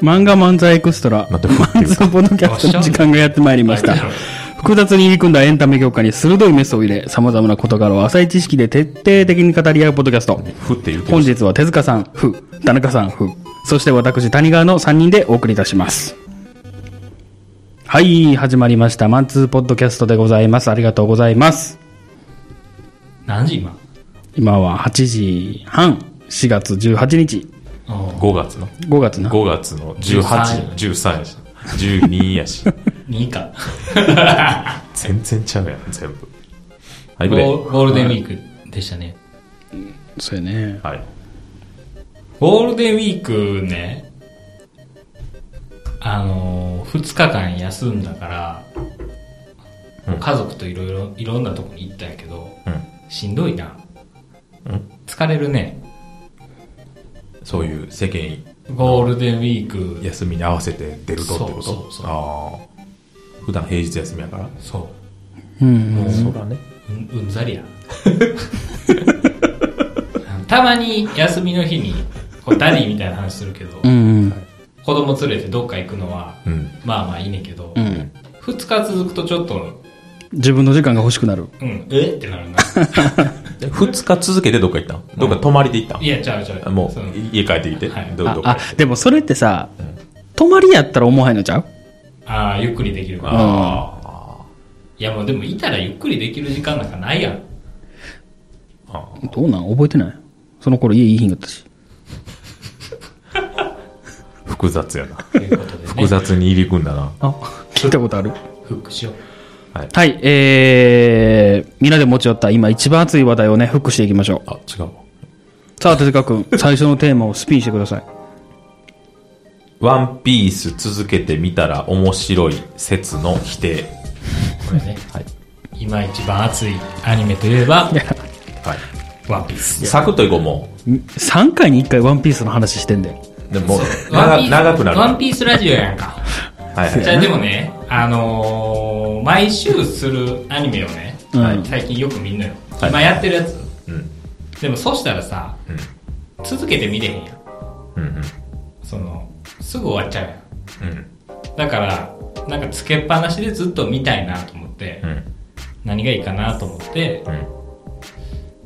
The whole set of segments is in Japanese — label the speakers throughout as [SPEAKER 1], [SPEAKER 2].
[SPEAKER 1] 漫画漫才エクストラ、
[SPEAKER 2] な
[SPEAKER 1] マ
[SPEAKER 2] んてふって
[SPEAKER 1] ン
[SPEAKER 2] いう
[SPEAKER 1] ズのポッドキャストの時間がやってまいりました。複雑に入り組んだエンタメ業界に鋭いメスを入れ、様々な事柄を浅い知識で徹底的に語り合うポッドキャスト。
[SPEAKER 2] ふって言うて
[SPEAKER 1] 本日は手塚さん、ふ、田中さん、ふ、そして私、谷川の3人でお送りいたします。はい、始まりました。マンツーポッドキャストでございます。ありがとうございます。
[SPEAKER 3] 何時今
[SPEAKER 1] 今は8時半、4月18日、
[SPEAKER 2] 5月の
[SPEAKER 1] 5月な。
[SPEAKER 2] 5月の18 13やし12や し
[SPEAKER 3] ?2 か。
[SPEAKER 2] 全然ちゃうやん全部はい
[SPEAKER 3] ゴ
[SPEAKER 2] グレ
[SPEAKER 3] ー
[SPEAKER 2] ー
[SPEAKER 3] ゴールデンウィークでしたね。
[SPEAKER 1] そうやね。
[SPEAKER 2] はい
[SPEAKER 3] ゴールデンウィークね、あのー、2日間休んだから、
[SPEAKER 2] うん
[SPEAKER 3] 家族といろいろ、いろんなとこに行ったんやけど、
[SPEAKER 2] うん
[SPEAKER 3] しんどいな。
[SPEAKER 2] うん
[SPEAKER 3] 疲れるね。
[SPEAKER 2] そういう世間
[SPEAKER 3] ゴールデンウィーク、
[SPEAKER 2] 休みに合わせて出るとってこと
[SPEAKER 3] そうそうそう
[SPEAKER 2] ああ普段平日休みやから
[SPEAKER 3] そ
[SPEAKER 1] うん。
[SPEAKER 2] そらね
[SPEAKER 3] う、うん、うんざりや。 たまに休みの日に、こうダディみたいな話するけど、
[SPEAKER 1] うんうん。
[SPEAKER 3] 子供連れてどっか行くのは、
[SPEAKER 2] うん
[SPEAKER 3] まあまあいいねんけど、
[SPEAKER 1] うん。
[SPEAKER 3] 二日続くとちょっと、
[SPEAKER 1] 自分の時間が欲しくなる。
[SPEAKER 3] うん、えってな るな。
[SPEAKER 2] で2日続けてどっか行ったんどっか泊まりで行ったん
[SPEAKER 3] いや、ちゃうちゃう。
[SPEAKER 2] も
[SPEAKER 3] そう
[SPEAKER 2] 家帰ってきて、
[SPEAKER 3] はい
[SPEAKER 2] ど
[SPEAKER 1] あ
[SPEAKER 2] どっ、
[SPEAKER 1] あ
[SPEAKER 2] か
[SPEAKER 1] でもそれってさ、泊まりやったら思わへんのちゃう
[SPEAKER 3] ああ、ゆっくりできるから。
[SPEAKER 2] あ
[SPEAKER 3] いや、もうでもいたらゆっくりできる時間なんかないやん。
[SPEAKER 1] どうなん覚えてないその頃家いいひんかったし。
[SPEAKER 2] 複雑やな
[SPEAKER 3] ということ でね。
[SPEAKER 2] 複雑に入り組んだな
[SPEAKER 1] あ、聞いたことある
[SPEAKER 3] フックしよう。
[SPEAKER 1] はい、えー、みんなで持ち寄った今一番熱い話題をね、フックしていきましょ
[SPEAKER 2] あ違うわ
[SPEAKER 1] う。さあ、手塚くん、 最初のテーマをスピンしてください。
[SPEAKER 2] ワンピース続けてみたら面白い説の否定。
[SPEAKER 3] これね。
[SPEAKER 2] はい。
[SPEAKER 3] 今一番熱いアニメといえば、
[SPEAKER 2] はい。
[SPEAKER 3] ワンピース。
[SPEAKER 2] サクッといこう、も
[SPEAKER 1] 3回に1回ワンピースの話してんで。
[SPEAKER 2] う。でも、
[SPEAKER 3] ワ
[SPEAKER 2] 長
[SPEAKER 3] ンピース
[SPEAKER 2] 長くなる。
[SPEAKER 3] ワンピースラジオやんか。
[SPEAKER 2] はいはい
[SPEAKER 3] じゃあでもね、あのー、毎週するアニメをね、
[SPEAKER 1] うん
[SPEAKER 3] 最近よく見んのよ。
[SPEAKER 2] はい
[SPEAKER 3] 今やってるやつ。
[SPEAKER 2] うん。
[SPEAKER 3] でもそしたらさ、続けて見れへんやん。
[SPEAKER 2] うんうん。
[SPEAKER 3] その、すぐ終わっちゃうやん。
[SPEAKER 2] うん。
[SPEAKER 3] だから、なんかつけっぱなしでずっと見たいなと思って、
[SPEAKER 2] うん。
[SPEAKER 3] 何がいいかなと思って、
[SPEAKER 2] うん。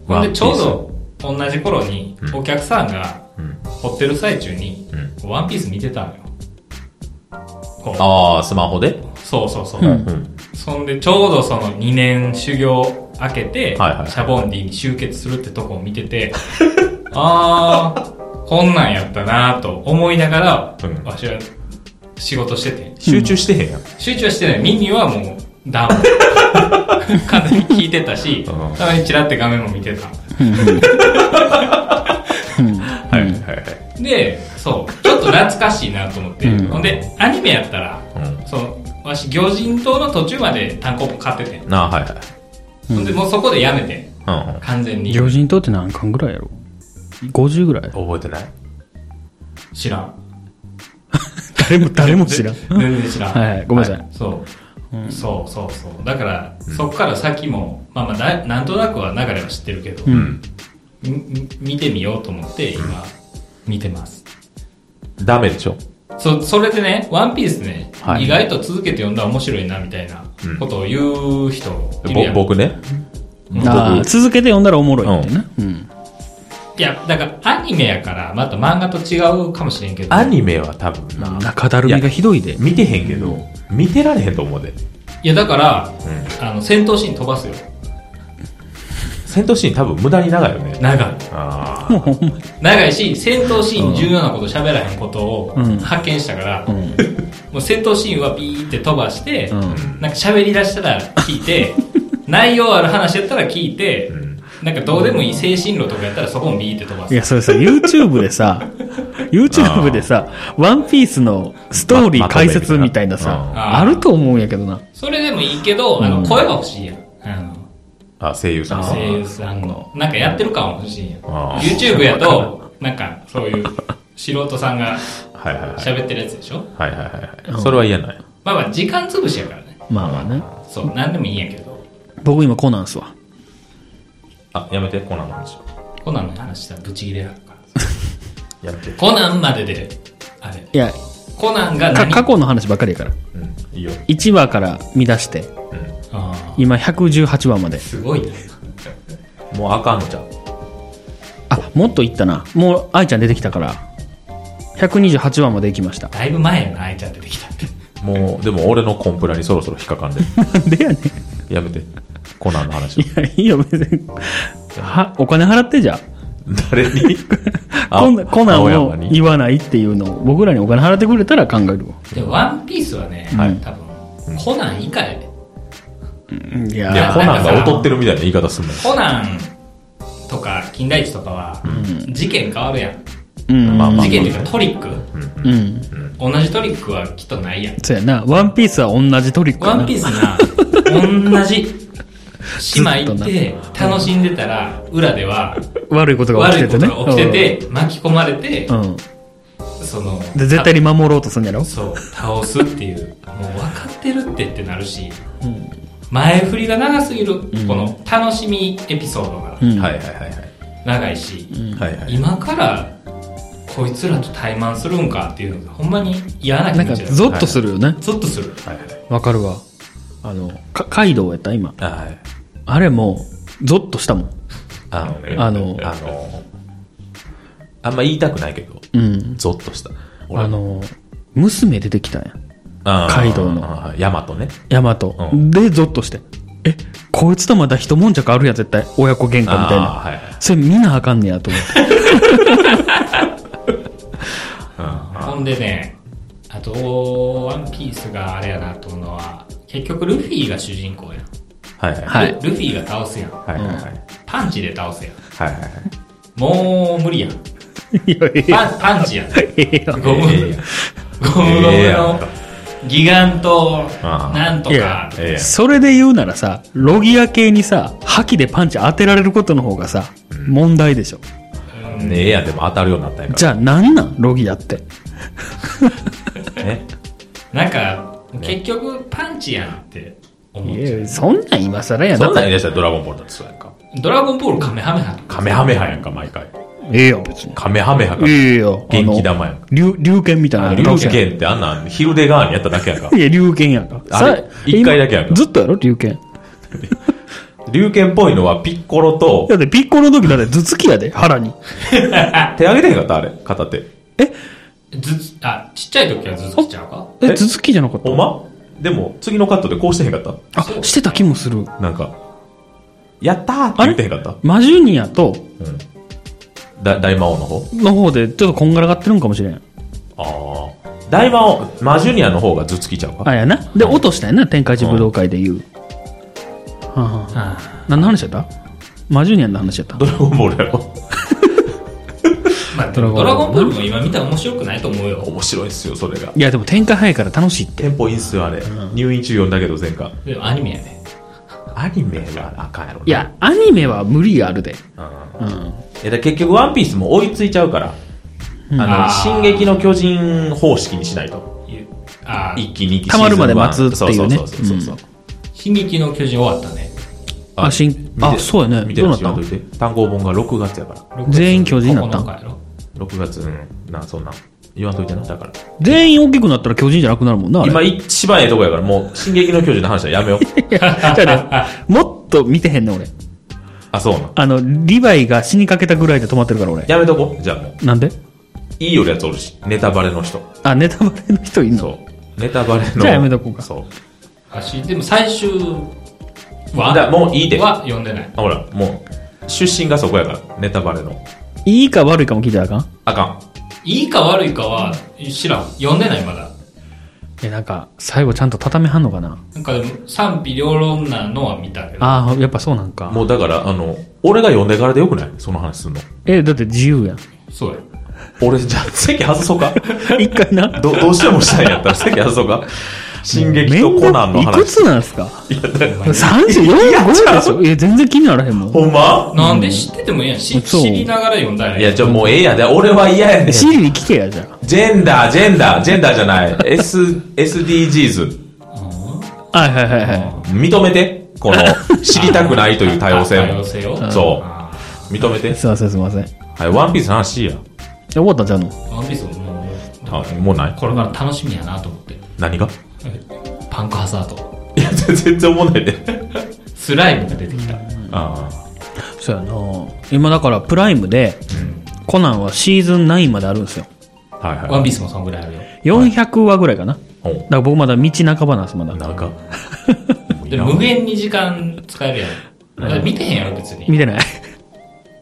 [SPEAKER 3] ほんでちょう
[SPEAKER 2] ワ
[SPEAKER 3] ど同じ頃に
[SPEAKER 2] うん
[SPEAKER 3] お客さんが
[SPEAKER 2] うん。
[SPEAKER 3] 掘ってる最中に、ワンピース見てたのよ。こう
[SPEAKER 2] ああ、スマホで
[SPEAKER 3] そうそうそう。
[SPEAKER 1] うん
[SPEAKER 2] うん。
[SPEAKER 3] そんでちょうどその2年修行明けて、
[SPEAKER 2] はいはい
[SPEAKER 3] シャボンディに集結するってとこを見て て、あー、こんなんやったなと思いながら、
[SPEAKER 2] うん
[SPEAKER 3] わしは仕事してて。
[SPEAKER 2] 集中してへんやん。
[SPEAKER 3] 集中はしてない。耳はもう、ダウン。 完全に聞いてたし、
[SPEAKER 2] うん
[SPEAKER 3] たまにチラって画面も見てた。
[SPEAKER 2] はいはいはい。
[SPEAKER 3] で、そう、ちょっと懐かしいなと思って。
[SPEAKER 1] うん
[SPEAKER 3] ほんで、アニメやったら、
[SPEAKER 2] うん
[SPEAKER 3] その、わし、魚人島の途中まで単行本買ってて。
[SPEAKER 2] なあ、はいはい。
[SPEAKER 3] ほんで、もうそこでやめて、
[SPEAKER 2] うんうん。
[SPEAKER 3] 完全に。
[SPEAKER 1] 魚人島って何巻ぐらいやろ ?50 ぐらい
[SPEAKER 2] 覚えてない
[SPEAKER 3] 知らん。
[SPEAKER 1] 誰も、誰も知らん。
[SPEAKER 3] 全然知ら ん。
[SPEAKER 1] はいはいごめんなさい
[SPEAKER 3] そう。そうそうそう。だから、そこから先も、まあまあだ、なんとなくは流れは知ってるけど、
[SPEAKER 1] うん。
[SPEAKER 3] みみ見てみようと思って、今、見てます。
[SPEAKER 2] ダメでしょ
[SPEAKER 3] そそれでね、ワンピースね、
[SPEAKER 2] はい
[SPEAKER 3] 意外と続けて読んだら面白いなみたいな
[SPEAKER 2] うん
[SPEAKER 3] ことを言う人いる
[SPEAKER 2] ぼ
[SPEAKER 3] やん。
[SPEAKER 2] 僕ね。
[SPEAKER 1] ああ、
[SPEAKER 2] 僕、
[SPEAKER 1] 続けて読んだらおもろいってな。うん。
[SPEAKER 3] いや、だからアニメやから、また漫画と違うかもしれんけど。
[SPEAKER 2] アニメは多分な、
[SPEAKER 1] 中だるみがひどいで。
[SPEAKER 2] 見てへんけど、見てられへんと思うで。
[SPEAKER 3] いや、だから、
[SPEAKER 2] う
[SPEAKER 3] あの、戦闘シーン飛ばすよ。
[SPEAKER 2] 戦闘シーン多分無駄に長いよね。
[SPEAKER 3] 長い。
[SPEAKER 2] ああ。
[SPEAKER 3] 長いし、戦闘シーン重要なこと喋らへんことを
[SPEAKER 1] うん
[SPEAKER 3] 発見したから、
[SPEAKER 1] うん。
[SPEAKER 3] もう戦闘シーンはビーって飛ばして、
[SPEAKER 1] うん
[SPEAKER 3] なんか喋り出したら聞 いて、内容ある話やったら聞いて、なんかどうでもいい精神論とかやったらそこもビーって飛ばす
[SPEAKER 1] い。や、それさ、YouTube でさ、YouTube でさ、ワンピースのストーリー解説みたいな
[SPEAKER 2] ままと
[SPEAKER 1] さ
[SPEAKER 2] め、
[SPEAKER 3] みたいな
[SPEAKER 1] あると思うんやけどな。
[SPEAKER 3] それでもいいけど、あの、声が欲しいやん。あの、
[SPEAKER 2] あ、声優さん。
[SPEAKER 3] 声優さんの。なんかやってる感は欲しいやん。
[SPEAKER 2] あー
[SPEAKER 3] YouTube やと、なんか、そういう、素人さんが
[SPEAKER 2] はいはいはい。
[SPEAKER 3] 喋ってるやつでしょ
[SPEAKER 2] はいはいはいはい。それは嫌ない。
[SPEAKER 3] まあまあ、時間潰しやからね。
[SPEAKER 1] まあまあね。
[SPEAKER 3] そう、なんでもいいんやけど。
[SPEAKER 1] 僕今コナンっすわ。
[SPEAKER 2] あ、やめて、コナンの話。
[SPEAKER 3] コナンの話したらブチギレやるから。
[SPEAKER 2] やめて。
[SPEAKER 3] コナンまでで、あれ。
[SPEAKER 1] いや、
[SPEAKER 3] コナンが
[SPEAKER 1] か
[SPEAKER 3] 何
[SPEAKER 1] 過去の話ばっかりやから。
[SPEAKER 2] うん、いいよ。
[SPEAKER 1] 1話から見出して、
[SPEAKER 3] あ
[SPEAKER 1] 今118話まで
[SPEAKER 3] ー。すごいね。
[SPEAKER 2] もうあかんのじゃん。
[SPEAKER 1] あ、もっといったな。もう、愛ちゃん出てきたから、128話まで行きました。
[SPEAKER 3] だいぶ前やな、愛ちゃん出てきたって。
[SPEAKER 2] もう、でも俺のコンプラにそろそろ引っかかんで。
[SPEAKER 1] なんでやねん。
[SPEAKER 2] やめて。コナンの 話。
[SPEAKER 1] いや、いいよ、別に。は、お金払ってじゃ
[SPEAKER 2] 誰に
[SPEAKER 1] あ。コナコナン
[SPEAKER 2] 青山
[SPEAKER 1] を
[SPEAKER 2] に
[SPEAKER 1] 言わないっていうのを、僕らにお金払ってくれたら考えるわ。
[SPEAKER 3] でも、ワンピースはね、
[SPEAKER 1] はい
[SPEAKER 3] 多分、コナン以下やで。
[SPEAKER 1] い
[SPEAKER 2] いや、
[SPEAKER 1] や
[SPEAKER 2] コナンが劣ってるみたいな言い方すんの
[SPEAKER 3] コナンとか、金田一とかは、事件変わるやん。
[SPEAKER 1] うん、
[SPEAKER 2] まあまあ
[SPEAKER 3] 事件というかトリック、
[SPEAKER 1] うん。
[SPEAKER 3] 同じトリックはきっとないやん。
[SPEAKER 1] そうやな。ワンピースは同じトリックや
[SPEAKER 3] ワ
[SPEAKER 1] な
[SPEAKER 3] ンピースな、同じ島行って
[SPEAKER 1] ず
[SPEAKER 3] 楽しんでたら、裏では
[SPEAKER 1] 悪いことが起き
[SPEAKER 3] 悪い
[SPEAKER 1] て
[SPEAKER 3] こ
[SPEAKER 1] てね。
[SPEAKER 3] とが起きてて、巻き込まれて
[SPEAKER 1] う、ん。うん。
[SPEAKER 3] その、
[SPEAKER 1] で、絶対に守ろうとするんやろ
[SPEAKER 3] たそう、倒すっていう、もう分かってるってってなるし、前振りが長すぎる、この楽しみエピソードが
[SPEAKER 1] うん。
[SPEAKER 2] はいはいはい
[SPEAKER 3] 長いし、
[SPEAKER 2] はい。はいはい。
[SPEAKER 3] 今からこいつらと怠慢するんかっていうのが、ほんまに嫌な気
[SPEAKER 1] なんか、
[SPEAKER 3] 持ちだ
[SPEAKER 1] ゾッとするよね。
[SPEAKER 3] ゾッとする。
[SPEAKER 2] はいはい。
[SPEAKER 1] わかるわ。あの、かカイドウやった今。
[SPEAKER 2] あはい。
[SPEAKER 1] あれも、ゾッとしたもん。
[SPEAKER 2] あのね。
[SPEAKER 1] あの
[SPEAKER 2] あの、あんま言いたくないけど、
[SPEAKER 1] うん。
[SPEAKER 2] ゾッとした。俺
[SPEAKER 1] あ、の、娘出てきたんや。
[SPEAKER 2] あー
[SPEAKER 1] カイドウの。
[SPEAKER 2] あーヤマトね。
[SPEAKER 1] ヤマト。
[SPEAKER 2] うん
[SPEAKER 1] で、ゾッとして。え、こいつとまだ一悶着あるやん、絶対。親子喧嘩みたいな。
[SPEAKER 2] ああー、はいはい。
[SPEAKER 1] それ見なあかんねやと思って。
[SPEAKER 3] ほんでね、あと、ワンピースがあれやなと思うのは、結局ルフィが主人公やん。
[SPEAKER 2] はいはい
[SPEAKER 1] はい
[SPEAKER 3] ルルフィが倒すやん。
[SPEAKER 2] はいはいはい。
[SPEAKER 3] パンチで倒すやん。
[SPEAKER 2] はいはいはい。
[SPEAKER 3] もう無理やん。
[SPEAKER 1] いや、ええやん
[SPEAKER 3] パンパンチ やん。
[SPEAKER 1] ええやん
[SPEAKER 3] ゴム、ゴム
[SPEAKER 2] ええやん
[SPEAKER 3] ゴム
[SPEAKER 2] ええやん
[SPEAKER 3] のギガンと、
[SPEAKER 2] ああ
[SPEAKER 3] なんと
[SPEAKER 1] い
[SPEAKER 3] か
[SPEAKER 1] や、
[SPEAKER 2] ええやん
[SPEAKER 1] それで言うならさ、ロギア系にさ、覇気でパンチ当てられることの方がさ、問題でしょ。
[SPEAKER 3] うん
[SPEAKER 2] ねええやんでも当たるようになったんやか
[SPEAKER 1] じゃあなんなんロギアって。
[SPEAKER 2] らね。
[SPEAKER 3] なんか、結局パンチやんって思っ
[SPEAKER 1] い
[SPEAKER 3] ちゃ
[SPEAKER 1] や、そんなん今更や
[SPEAKER 2] そんなん
[SPEAKER 1] だって
[SPEAKER 2] 言い出したらドラゴンボールだってそうやんか。
[SPEAKER 3] う。ドラゴンボールカメハメハとか。
[SPEAKER 2] カメハメハやんか、毎回。
[SPEAKER 1] ええよ、別に。
[SPEAKER 2] カメハメハか。
[SPEAKER 1] ええよ。
[SPEAKER 2] 元気玉やん
[SPEAKER 1] あの竜、竜剣みたいな。
[SPEAKER 2] あの、龍拳ってあんなん、昼出側にやっただけやんか。
[SPEAKER 1] いや、竜剣やんか。
[SPEAKER 2] あれ一回だけやんか
[SPEAKER 1] 今ずっとやろ、竜剣。
[SPEAKER 2] 龍拳っぽいのはピッコロと
[SPEAKER 1] だ、ってピッコロの時だって頭突きやで、腹に。
[SPEAKER 2] 手挙げてへんかったあれ、片手。
[SPEAKER 3] ずつ、あ、ちっちゃい時はずつきちゃうか
[SPEAKER 1] え、
[SPEAKER 2] え
[SPEAKER 1] 頭突きじゃなかっ
[SPEAKER 2] ほんまでも、次のカットでこうしてへんかった
[SPEAKER 1] たあ、してた気もする。
[SPEAKER 2] なんか、やったーって言ってへんかった
[SPEAKER 1] マジュニアと、
[SPEAKER 2] だ大魔王の方
[SPEAKER 1] の方でちょっとこんがらがってるんかもしれん。
[SPEAKER 2] ああ。大魔王、マジュニアの方が頭突きちゃうか
[SPEAKER 1] あ、やな。で、落としたやな、天下一武道会で言う。はあはあ、
[SPEAKER 3] はあ
[SPEAKER 1] 何の話やったマジュニアの話やった
[SPEAKER 2] ドラゴンボールやろ。
[SPEAKER 3] まあ、
[SPEAKER 1] ド
[SPEAKER 3] ド
[SPEAKER 1] ラ
[SPEAKER 3] ラ
[SPEAKER 1] ゴンボール
[SPEAKER 3] ゴンボールも今見たら面白くないと思うよ。
[SPEAKER 2] 面白いっすよ、それが。
[SPEAKER 1] いや、でも展開早いから楽しいって。
[SPEAKER 2] テンポいいっすよ、あれ。入院中呼んだけど、前回。
[SPEAKER 3] でもアニメやね。
[SPEAKER 2] アニメはあかんやろな。
[SPEAKER 1] いや、アニメは無理があるで。
[SPEAKER 2] うん。
[SPEAKER 1] うん。
[SPEAKER 2] いや、だから結局ワンピースも追いついちゃうから。
[SPEAKER 3] あ
[SPEAKER 2] あの、進
[SPEAKER 3] ー
[SPEAKER 2] 撃の巨人方式にしないと。
[SPEAKER 3] ゆあー
[SPEAKER 2] 一気に一気
[SPEAKER 1] 溜まるまで待つっていうね
[SPEAKER 2] そうそうそうそうそう。
[SPEAKER 3] 進撃の巨人終わったね。
[SPEAKER 1] あしん
[SPEAKER 2] 見て
[SPEAKER 1] あそうやね
[SPEAKER 2] 見てるし
[SPEAKER 1] どうなったの
[SPEAKER 2] 読んどいて単行本が6月やから。
[SPEAKER 1] 全員巨人になったん
[SPEAKER 3] 9日やろ
[SPEAKER 2] 6月、うん、な、そんなん。言わんといてな、だから。
[SPEAKER 1] 全員大きくなったら巨人じゃなくなるもんな、あれ。
[SPEAKER 2] 今一番ええとこやから、もう、進撃の巨人の話はやめよう。
[SPEAKER 1] じゃあね、 もっと見てへんねん、俺。
[SPEAKER 2] あ、そうなん。
[SPEAKER 1] あの、リヴァイが死にかけたぐらいで止まってるから、俺。
[SPEAKER 2] やめとこう。じゃあもう、
[SPEAKER 1] なんで
[SPEAKER 2] いいよるやつおるし、ネタバレの人。
[SPEAKER 1] あ、ネタバレの人いんの
[SPEAKER 2] そう。ネタバレの。
[SPEAKER 1] じゃあやめとこうか
[SPEAKER 2] そう。
[SPEAKER 3] あし、でも最終は、
[SPEAKER 2] だもういいで
[SPEAKER 3] は読んでない。
[SPEAKER 2] ほら、もう、出身がそこやから、ネタバレの。
[SPEAKER 1] いいか悪いかも聞いたらあかん
[SPEAKER 2] あかん。
[SPEAKER 3] いいか悪いかは知らん。読んでないまだ。
[SPEAKER 1] え、なんか、最後ちゃんと畳はんのかな
[SPEAKER 3] なんかでも賛否両論なのは見たけど。
[SPEAKER 1] ああ、やっぱそうなんか。
[SPEAKER 2] もうだから、あの、俺が読んでからでよくないその話すんの。
[SPEAKER 1] え、だって自由やん。
[SPEAKER 3] そうや。
[SPEAKER 2] 俺、じゃあ、席外そうか。
[SPEAKER 1] 一回な。
[SPEAKER 2] ど、どうしてもしたいんやったら席外そうか。進撃とコナンの
[SPEAKER 1] いく
[SPEAKER 2] 話。
[SPEAKER 1] つなんすか
[SPEAKER 3] ほんまに
[SPEAKER 1] 34や5でしょいや、全然気にならへんもん。
[SPEAKER 2] ほんま
[SPEAKER 3] なんで知っててもいいやん。し
[SPEAKER 1] そう
[SPEAKER 3] 知りながら読んだら
[SPEAKER 2] いや、じゃあもうええやで。俺は嫌やねん。
[SPEAKER 1] シリに聞けや、じゃ
[SPEAKER 2] ジェンダー、ジェンダー、ジェンダーじゃない。S、SDGs。
[SPEAKER 1] あ。はいはいはいはい。
[SPEAKER 2] 認めて。この、知りたくないという多様性
[SPEAKER 3] 多
[SPEAKER 2] も
[SPEAKER 3] 様。性を。
[SPEAKER 2] そ
[SPEAKER 3] あ
[SPEAKER 2] う。認めて。
[SPEAKER 1] すいません、すいません。え
[SPEAKER 2] はい、ワンピースの話いいや。
[SPEAKER 1] 終わったんちゃうの
[SPEAKER 3] ーワンピースもも、
[SPEAKER 2] あもうないう
[SPEAKER 3] これから楽しみやなと思って。
[SPEAKER 2] 何が
[SPEAKER 3] パンクハザード。
[SPEAKER 2] いや、全然思わないで。
[SPEAKER 3] スライムが出てきた。
[SPEAKER 2] あ
[SPEAKER 1] そうやな今だから、プライムで、コナンはシーズン9まであるんですよ。
[SPEAKER 2] あ。はいはい。
[SPEAKER 3] ワンピースもそんぐらいあるよ。
[SPEAKER 1] 400話ぐらいかな。だか
[SPEAKER 2] おう
[SPEAKER 1] ら僕まだ道半ばなんです、まだ。
[SPEAKER 2] 長っもういい
[SPEAKER 3] で
[SPEAKER 2] な
[SPEAKER 3] 無限に時間使えるやん。だから見てへんやろ、別に。
[SPEAKER 1] 見てない。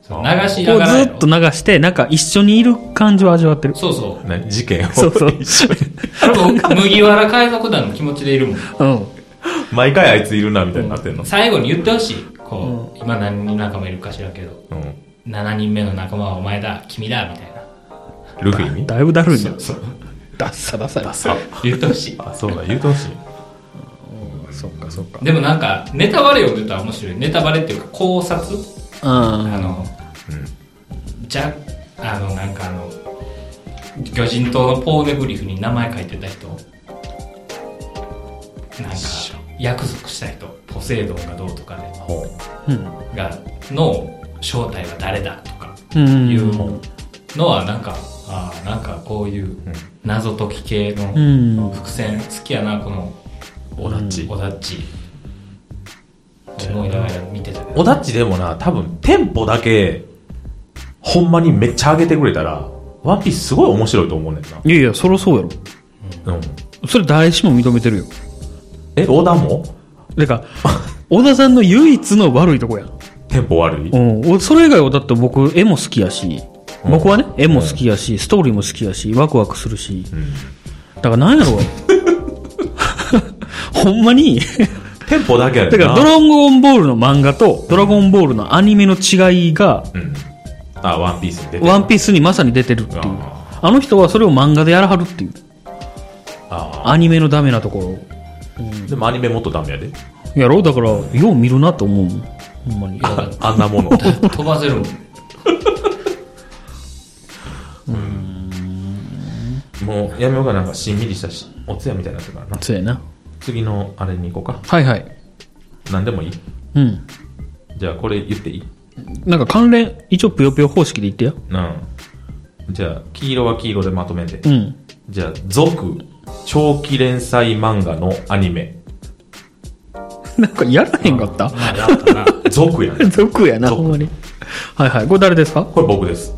[SPEAKER 3] そう流しな
[SPEAKER 1] こ
[SPEAKER 3] が
[SPEAKER 1] う
[SPEAKER 3] ら
[SPEAKER 1] ず
[SPEAKER 3] や
[SPEAKER 1] っ
[SPEAKER 3] ろ
[SPEAKER 1] と。流して、なんか一緒にいる感じを味わってる。
[SPEAKER 3] そうそう。
[SPEAKER 2] ね事件 を。
[SPEAKER 1] そうそう
[SPEAKER 2] 一緒に
[SPEAKER 3] あの麦わら海賊団の気持ちでいるもん。
[SPEAKER 1] うん。
[SPEAKER 2] 毎回あいついるな、みたいになってんの。
[SPEAKER 3] 最後に言ってほしい。こう、今何人仲間いるか知らんけど、
[SPEAKER 2] うん。
[SPEAKER 3] 7人目の仲間はお前だ、君だ、みたいな。
[SPEAKER 2] ルフィに
[SPEAKER 1] だいぶだるいじゃん。
[SPEAKER 3] そう。
[SPEAKER 1] ダッサダサダ
[SPEAKER 2] さ
[SPEAKER 3] 言ってほしい。
[SPEAKER 2] あ、そうだ、言うてほしい。
[SPEAKER 1] そっかそっか。
[SPEAKER 3] でもなんか、ネタバレ読んでたら面白い。ネタバレっていうか考察あ
[SPEAKER 1] う
[SPEAKER 3] の、じゃ、あの、なんかあの、魚人島のポーネグリフに名前書いてた人なんか、約束した人、ポセイドンがどうとかで、
[SPEAKER 2] ほ
[SPEAKER 1] ん。
[SPEAKER 3] が、の正体は誰だとか、
[SPEAKER 1] うん。うん。
[SPEAKER 3] いうのはなんか、ああ、なんかこういう謎解き系
[SPEAKER 1] う
[SPEAKER 3] の
[SPEAKER 1] ん。
[SPEAKER 3] 伏線好きやな、この、
[SPEAKER 2] う。オダッチ。
[SPEAKER 3] オダッチ。思いながら見てたけど
[SPEAKER 2] オダッチでもな、多分、テンポだけ、ほんまにめっちゃ上げてくれたら、ワンピースすごい面白いと思うねん
[SPEAKER 1] いやいや、そりゃそうやろ。
[SPEAKER 2] な。うん。
[SPEAKER 1] それ誰しも認めてるよ。
[SPEAKER 2] え、オダも
[SPEAKER 1] だから、小田さんの唯一の悪いとこやん。
[SPEAKER 2] テンポ悪い
[SPEAKER 1] うん。おそれ以外はだって僕、絵も好きやし、
[SPEAKER 2] うん
[SPEAKER 1] 僕はね、絵も好きやし、ストーリーも好きやし、ワクワクするし。
[SPEAKER 2] うん。
[SPEAKER 1] だからなんやろ ほんま に、
[SPEAKER 2] テンポだけやね
[SPEAKER 1] だ
[SPEAKER 2] ん
[SPEAKER 1] か
[SPEAKER 2] な。
[SPEAKER 1] らドラゴンボールの漫画とドラゴンボールのアニメの違いが、
[SPEAKER 2] うん。あ、ワンピースに出てる。
[SPEAKER 1] ワンピースにまさに出てるっていう。
[SPEAKER 2] あ
[SPEAKER 1] あの人はそれを漫画でやらはるっていう。
[SPEAKER 2] あ
[SPEAKER 1] アニメのダメなところ。
[SPEAKER 2] ーでもアニメもっとダメやで。
[SPEAKER 1] やろだから、よう見るなと思うもん。ほんまに。
[SPEAKER 2] ああん なもの。
[SPEAKER 3] 飛ばせるもん。
[SPEAKER 2] もう、やめようかなんかしんみりしたし、おつやみたいになってるからな。
[SPEAKER 1] そうやな。
[SPEAKER 2] 次のあれに行こうか。
[SPEAKER 1] はいはい。
[SPEAKER 2] 何でもいい
[SPEAKER 1] うん。
[SPEAKER 2] じゃあこれ言っていい
[SPEAKER 1] なんか関連、一応ぷよぷよ方式で言ってよ。
[SPEAKER 2] うん。じゃあ、黄色は黄色でまとめて。
[SPEAKER 1] うん。
[SPEAKER 2] じゃあ、続、長期連載漫画のアニメ。
[SPEAKER 1] なんかやらへんかった
[SPEAKER 3] まあ、やったな。
[SPEAKER 2] 続やね
[SPEAKER 1] 俗やな、ほんまに。はいはい。これ誰ですか
[SPEAKER 2] これ僕です。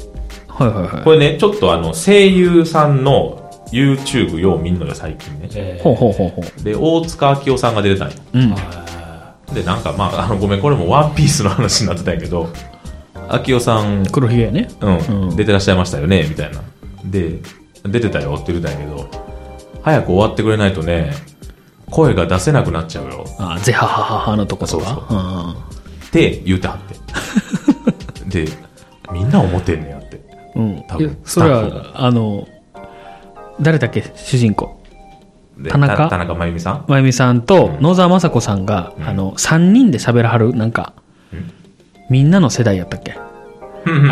[SPEAKER 1] はいはいは
[SPEAKER 2] これね、ちょっとあの、声優さんの YouTube よう見んのよ、最近ね。
[SPEAKER 1] い。
[SPEAKER 3] え
[SPEAKER 1] ほうほうほうほう。
[SPEAKER 2] で、大塚明夫さんが出てたんよ。
[SPEAKER 1] うん。
[SPEAKER 2] で、なんかまあ、あの、ごめん、これもワンピースの話になってたんやけど、明夫さん、
[SPEAKER 1] 黒ひげやね。
[SPEAKER 2] うん、
[SPEAKER 1] うん
[SPEAKER 2] 出てらっしゃいましたよね、みたいな。で、出てたよって言ってたんやけど、早く終わってくれないとね、声が出せなくなっちゃうよ
[SPEAKER 1] あ、ぜははははのとことか。
[SPEAKER 2] そう
[SPEAKER 1] うんうん
[SPEAKER 2] って言うてはって。で、みんな思ってんねやって。
[SPEAKER 1] うん
[SPEAKER 2] 多
[SPEAKER 1] い
[SPEAKER 2] 分
[SPEAKER 1] やそれ
[SPEAKER 2] スタッフ
[SPEAKER 1] は、あの、誰だっけ、主人公。
[SPEAKER 2] で
[SPEAKER 1] 田中
[SPEAKER 2] た田中真由美さん
[SPEAKER 1] まゆみさんと野沢雅子さんが、あの、3人で喋らはる、なんか、みんなの世代やったっけ
[SPEAKER 3] ー、あー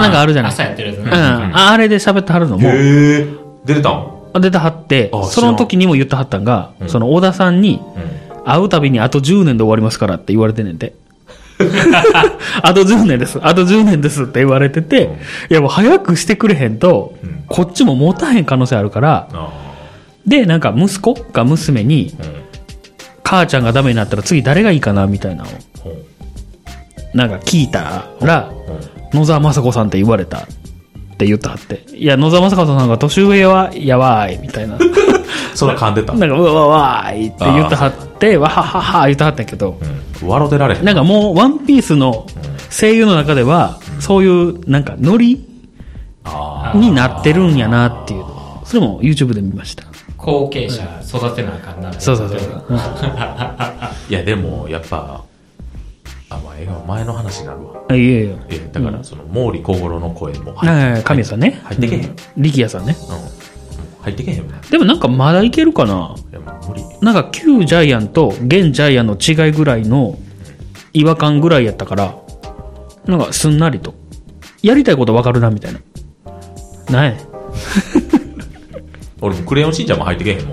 [SPEAKER 1] なんかあるじゃない
[SPEAKER 3] 朝やってるやつ
[SPEAKER 1] うん。
[SPEAKER 3] ね。
[SPEAKER 1] あれで喋ってはるのも、
[SPEAKER 2] へえ。出てたん
[SPEAKER 1] 出てはって
[SPEAKER 2] あ、
[SPEAKER 1] その時にも言ってはったんが、その小田さんに、
[SPEAKER 2] う
[SPEAKER 1] 会うたびにあと10年で終わりますからって言われてんねんて。 あと10年です。あと10年ですって言われてて、いやもう早くしてくれへんと、
[SPEAKER 2] うん
[SPEAKER 1] こっちも持たへん可能性あるから、
[SPEAKER 2] あ
[SPEAKER 1] で、なんか息子が娘に、
[SPEAKER 2] あ。うん。
[SPEAKER 1] 母ちゃんがダメになったら次誰がいいかなみたいなのを、
[SPEAKER 2] ほう。
[SPEAKER 1] なんか聞いたら、
[SPEAKER 2] ほう
[SPEAKER 1] 野沢雅子さんって言われたって言ったはって。いや、野沢雅子さんが年上はやばいみたいな。
[SPEAKER 2] そら噛んでた。う
[SPEAKER 1] なんか、うわわわーいって言ったはって、わははは言ったはったんやけど、
[SPEAKER 2] ん。笑ってられへん。
[SPEAKER 1] なんかもう、ワンピースの声優の中では、そういう、なんか、ノリ
[SPEAKER 2] あ
[SPEAKER 1] になってるんやなっていう。それも YouTube で見ました。
[SPEAKER 3] 後継者育てなあかんな。
[SPEAKER 1] そうそうそう。うん
[SPEAKER 2] あ。いや、でも、やっぱ、あ、まあ、映画は前の話になるわ。
[SPEAKER 1] あいやいや。
[SPEAKER 2] えだから、その、毛利小五郎の声も入って
[SPEAKER 1] はいはい、神谷さんね。
[SPEAKER 2] 入ってけへん
[SPEAKER 1] うん力也さんね。
[SPEAKER 2] うん。うん入ってけへんもん。い
[SPEAKER 1] でもなんか、まだいけるかな
[SPEAKER 2] や、もう無理。
[SPEAKER 1] なんか、旧ジャイアンと現ジャイアンの違いぐらいの違和感ぐらいやったから、なんか、すんなりと。やりたいことわかるな、みたいな。ない。
[SPEAKER 2] 俺もクレヨンしんちゃんも入ってけへんもん。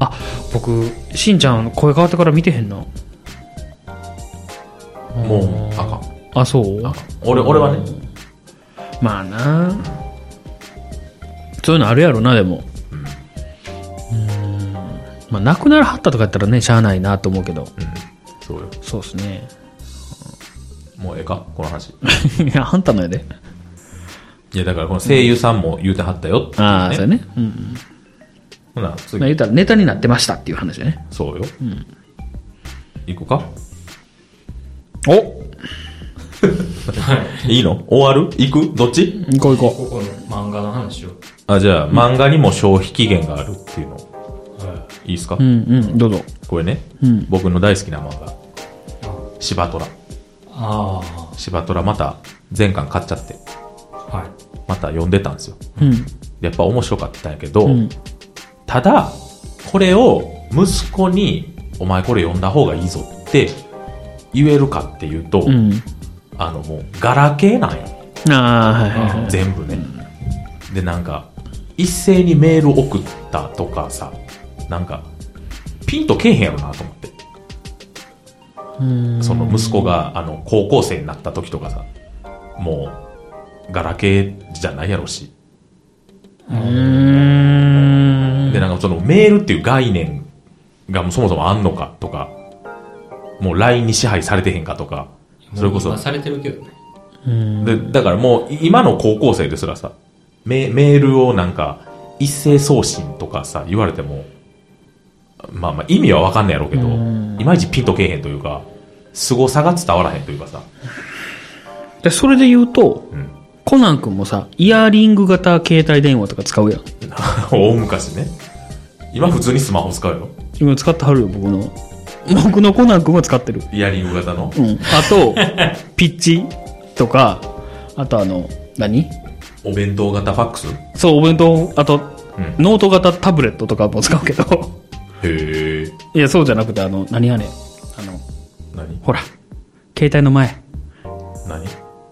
[SPEAKER 1] あ、僕しんちゃん声変わってから見てへんな
[SPEAKER 2] もう、あかん。
[SPEAKER 1] あそう
[SPEAKER 2] あかん俺、俺はね、
[SPEAKER 1] まあなそういうのあるやろなでもうーんまあ亡くならはったとかやったらねしゃあないなと思うけど
[SPEAKER 2] そうよ。
[SPEAKER 1] そうっすね
[SPEAKER 2] もうええかこの話。
[SPEAKER 1] いやあんたのやで
[SPEAKER 2] いや、だからこの声優さんも言うてはったよっていう、ね。
[SPEAKER 1] ああそうやね、うんうん
[SPEAKER 2] ほな、
[SPEAKER 1] まあ、
[SPEAKER 2] 次。
[SPEAKER 1] 言うたらネタになってましたっていう話だね
[SPEAKER 2] そうよ。行こうか
[SPEAKER 1] お
[SPEAKER 2] いいの終わる行くどっち
[SPEAKER 1] 行こう行こ
[SPEAKER 3] ここの漫画の話を。
[SPEAKER 2] あ、じゃあ、漫画にも消費期限があるっていうの。いいですか、
[SPEAKER 1] ううんうんどうぞ
[SPEAKER 2] これね、
[SPEAKER 1] うん
[SPEAKER 2] 僕の大好きな漫画。シバトラ。
[SPEAKER 3] あ
[SPEAKER 2] シバトラまた前巻買っちゃって、
[SPEAKER 3] あ。は
[SPEAKER 2] また読んでたんですよ。
[SPEAKER 1] うん
[SPEAKER 2] でやっぱ面白かったんやけど、
[SPEAKER 1] うん
[SPEAKER 2] ただ、これを息子に、お前これ読んだ方がいいぞって言えるかっていうと、
[SPEAKER 1] うん
[SPEAKER 2] あのもう、ガラケーなんよ。
[SPEAKER 1] ああはいはいはい
[SPEAKER 2] 全部ね、でなんか一斉にメール送ったとかさなんかピンとけえへんやろなと思ってその息子があの高校生になった時とかさもうガラケーじゃないやろしでなんかそのメールっていう概念がもうそもそもあんのかとかもう LINE に支配されてへんかとか
[SPEAKER 3] い。
[SPEAKER 2] それこそ
[SPEAKER 3] もう今されてるけどね。
[SPEAKER 2] で、だからもう、い今の高校生ですらさ、メメールをなんか、一斉送信とかさ、言われても、まあまあ意味はわかんないやろうけど、いまいちピンとけえへんというか、凄さが伝わらへんというかさ、
[SPEAKER 1] でそれで言うと、
[SPEAKER 2] うん。
[SPEAKER 1] コナン君もさイヤリング型携帯電話とか使うやん
[SPEAKER 2] 大昔ね。今普通にスマホ使うよ。
[SPEAKER 1] 今使ってはるよ僕の僕のコナン君も使ってる
[SPEAKER 2] イヤリング型の
[SPEAKER 1] う。んあとピッチとかあとあの何
[SPEAKER 2] お弁当型ファックス
[SPEAKER 1] そうお弁当あと、
[SPEAKER 2] うん
[SPEAKER 1] ノート型タブレットとかも使うけど
[SPEAKER 2] へえ。
[SPEAKER 1] いやそうじゃなくてあの何あれあの
[SPEAKER 2] 何
[SPEAKER 1] ほら携帯の前
[SPEAKER 2] 何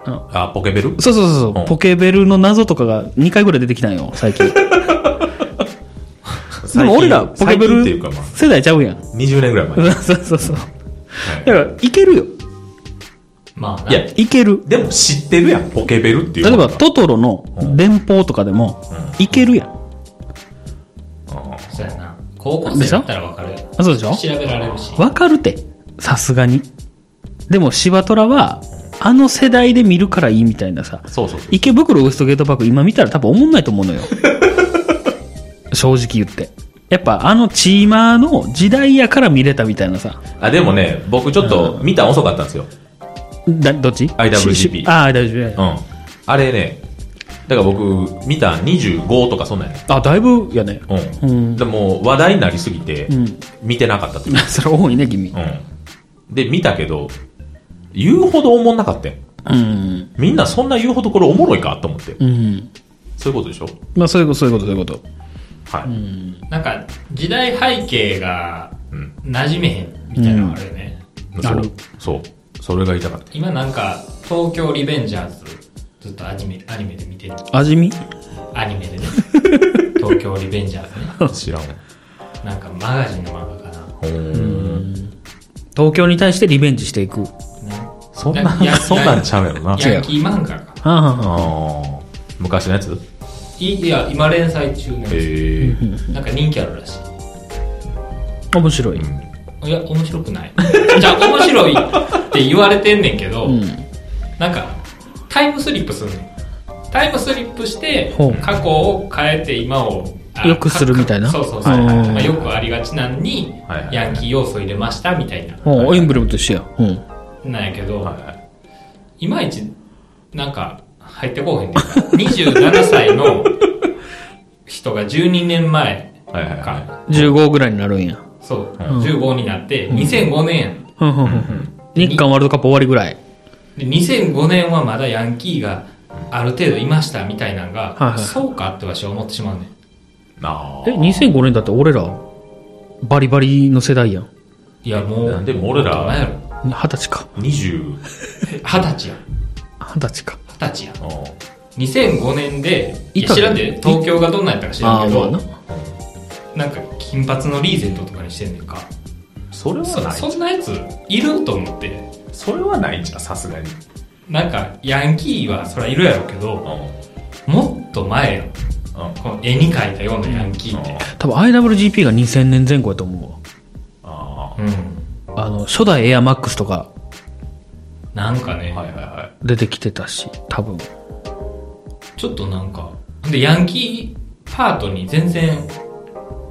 [SPEAKER 1] あの
[SPEAKER 2] あ、ポケベル
[SPEAKER 1] そうそうそうそう、
[SPEAKER 2] うん
[SPEAKER 1] ポケベルの謎とかが2回ぐらい出てきたんよ最 近でも俺らポケベ
[SPEAKER 2] 最近っていうか
[SPEAKER 1] ル
[SPEAKER 2] まあ、
[SPEAKER 1] 世代ちゃうやん
[SPEAKER 2] 20年ぐらい前。は
[SPEAKER 1] そうそうそう
[SPEAKER 2] い
[SPEAKER 1] だからいけるよ
[SPEAKER 3] まあな。
[SPEAKER 2] いや、
[SPEAKER 1] いける
[SPEAKER 2] でも知ってるやん、ポケベルっていう
[SPEAKER 1] 例え
[SPEAKER 2] もの
[SPEAKER 1] ば
[SPEAKER 2] が
[SPEAKER 1] トトロの電報とかでもいけるやん
[SPEAKER 3] そうやな。高校生だったらわかるよ。
[SPEAKER 1] あそうでしょ
[SPEAKER 3] 調べられるし。
[SPEAKER 1] わかるてさすがにでもシバトラはあの世代で見るからいいみたいなさ
[SPEAKER 2] そうそうそう。
[SPEAKER 1] 池袋ウエストゲートパーク今見たら多分思んないと思うのよ 正直言ってやっぱあのチーマーの時代やから見れたみたいなさ
[SPEAKER 2] あ、でもね、僕ちょっと見たん遅かったんですよ。
[SPEAKER 1] だどっちし
[SPEAKER 2] IWGP
[SPEAKER 1] しああ IWGP、
[SPEAKER 2] うん。あれね、だから僕、見たん25とかそんなんやね。
[SPEAKER 1] あだいぶやね
[SPEAKER 2] うん。
[SPEAKER 1] うん
[SPEAKER 2] でも、話題になりすぎて、見てなかったという。
[SPEAKER 1] それ多いね君
[SPEAKER 2] うん。で、見たけど、言うほどおもんなかったよ。
[SPEAKER 1] うん
[SPEAKER 2] みんなそんな言うほどこれおもろいかと思って。
[SPEAKER 1] うん
[SPEAKER 2] そういうことでしょ
[SPEAKER 1] まあそういうことそういうことそういうこと
[SPEAKER 2] はい。
[SPEAKER 3] なんか、時代背景が
[SPEAKER 2] うん。
[SPEAKER 3] 馴染めへんみたいなのあるよね。
[SPEAKER 1] なる
[SPEAKER 2] そう。そう。それが言いたかった。
[SPEAKER 3] 今なんか、東京リベンジャーズ、ずっとアニメ、アニメで見てる。
[SPEAKER 1] 味見
[SPEAKER 3] アニメでね。 東京リベンジャーズね。
[SPEAKER 2] 知らん。
[SPEAKER 3] なんかマガジンの漫画かな。
[SPEAKER 2] ほーん。
[SPEAKER 1] 東京に対してリベンジしていく。
[SPEAKER 3] ね
[SPEAKER 2] そん
[SPEAKER 3] い
[SPEAKER 2] な、
[SPEAKER 3] や
[SPEAKER 2] そんなんちゃうやろな。
[SPEAKER 1] 違う
[SPEAKER 3] ヤンキー漫画か。
[SPEAKER 1] あ
[SPEAKER 2] あー昔のやつ
[SPEAKER 3] いいや、今連載中のやつ
[SPEAKER 2] へえ。
[SPEAKER 3] なんか人気あるらし
[SPEAKER 1] あ、面白い。
[SPEAKER 3] い。いや、面白くない。 じゃあ、面白いって言われてんねんけど、なんか、タイムスリップすんねん。タイムスリップして
[SPEAKER 1] ほう、
[SPEAKER 3] 過去を変えて今を、あ
[SPEAKER 1] よくするみたいな
[SPEAKER 3] そうそうそう。
[SPEAKER 1] うん
[SPEAKER 3] まあ、よくありがちなんに
[SPEAKER 2] はいは、い
[SPEAKER 3] ヤンキー要素入れましたみたいな。
[SPEAKER 1] もうエンブレムと一緒や。うん。
[SPEAKER 3] なんやけど、
[SPEAKER 2] はいはい。
[SPEAKER 3] いまいち、なんか、入ってこうへんねんか。27歳の人が12年前
[SPEAKER 2] はいはいはい
[SPEAKER 3] か、
[SPEAKER 1] 15ぐらいになるんや。
[SPEAKER 3] そう、15になって、2005年やん。
[SPEAKER 1] うんうんうん日韓ワールドカップ終わりぐらい。
[SPEAKER 3] で2005年はまだヤンキーがある程度いましたみたいなのが、
[SPEAKER 1] はいはい
[SPEAKER 3] そうかって私は思ってしまうねん
[SPEAKER 2] あ
[SPEAKER 1] え、
[SPEAKER 2] ー
[SPEAKER 1] 2005年だって俺ら、バリバリの世代やん。
[SPEAKER 3] いやもう
[SPEAKER 2] でも俺ら
[SPEAKER 3] 何やろ
[SPEAKER 1] 二十歳か。
[SPEAKER 2] 20
[SPEAKER 3] え二十歳やん
[SPEAKER 1] 二十歳か。
[SPEAKER 3] 二十歳やん
[SPEAKER 2] あー
[SPEAKER 3] 2005年でい
[SPEAKER 1] い
[SPEAKER 3] や
[SPEAKER 1] た
[SPEAKER 3] 知らんで東京がどんなんやったか知らんけ
[SPEAKER 1] あ
[SPEAKER 3] ど
[SPEAKER 1] ーまあ
[SPEAKER 3] なんか金髪のリーゼントとかに何してんねんか
[SPEAKER 2] それは
[SPEAKER 3] そ
[SPEAKER 2] ない
[SPEAKER 3] そんなやついると思って
[SPEAKER 2] それはないんじゃんさすがに
[SPEAKER 3] なんかヤンキーはそりゃいるやろうけ
[SPEAKER 2] う
[SPEAKER 3] ど
[SPEAKER 2] んうん
[SPEAKER 3] もっと前よ
[SPEAKER 2] うん
[SPEAKER 3] この絵に描いたようなヤンキーって
[SPEAKER 2] あ
[SPEAKER 1] 多分 IWGP が2000年前後やと思
[SPEAKER 2] あ
[SPEAKER 3] うん、
[SPEAKER 1] うわ。あの、初代エアマックスとか
[SPEAKER 3] なんかね、
[SPEAKER 2] はいはいは
[SPEAKER 1] 出てきてたし、多分。
[SPEAKER 3] ちょっとなんかでヤンキーパートに全然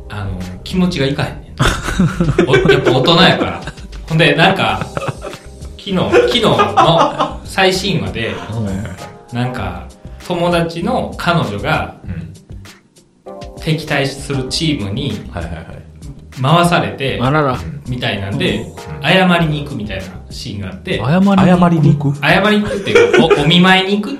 [SPEAKER 3] あの気持ちがいかへんねん おやっぱ大人やからほんでなんか昨日昨日の最新話でなんか友達の彼女が
[SPEAKER 2] いうん
[SPEAKER 3] 敵対するチームに
[SPEAKER 2] はいはいはい
[SPEAKER 3] 回されて
[SPEAKER 1] あらら。
[SPEAKER 3] みたいなんで謝りに行くみたいなシーンがあって
[SPEAKER 1] 謝りに。
[SPEAKER 2] 謝りに行く
[SPEAKER 3] 謝りに行くっていうかおお見舞いに行く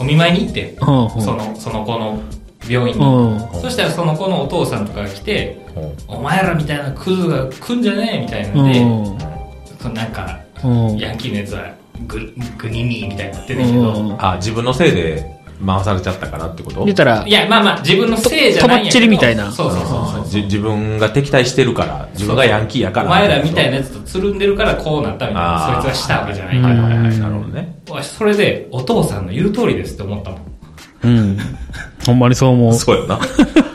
[SPEAKER 3] お見舞いに行って
[SPEAKER 1] うん
[SPEAKER 3] そのその子の病院
[SPEAKER 1] う
[SPEAKER 3] に
[SPEAKER 1] ん。うん。
[SPEAKER 3] そしたらその子のお父さんとかが来て
[SPEAKER 2] うん
[SPEAKER 3] 「お前らみたいなクズが来んじゃねえ」みたいな
[SPEAKER 1] うん
[SPEAKER 3] で、
[SPEAKER 1] ん。
[SPEAKER 3] そのなんか
[SPEAKER 1] うん。
[SPEAKER 3] ヤンキーのやつはググニニーみたいになってんねんけど、
[SPEAKER 1] 言
[SPEAKER 2] あ自分のせいで回されちゃったからってこと
[SPEAKER 1] ったら
[SPEAKER 3] い、やまあまあ自分のせいじゃないんや
[SPEAKER 1] ととばっち
[SPEAKER 3] けど
[SPEAKER 1] りみたいな
[SPEAKER 3] そうそうそうそう
[SPEAKER 2] じ自分が敵対してるから自分がヤンキーやから
[SPEAKER 3] お前らみたいなやつとつるんでるからこうなったみたいな
[SPEAKER 2] あー
[SPEAKER 3] そいつがしたわけじゃないか
[SPEAKER 2] は
[SPEAKER 3] ら
[SPEAKER 2] いはいはいなるほどね
[SPEAKER 3] わしそれでお父さんの言う通りですって思ったもん
[SPEAKER 1] うん。ほんまにそう思う。
[SPEAKER 2] そうやな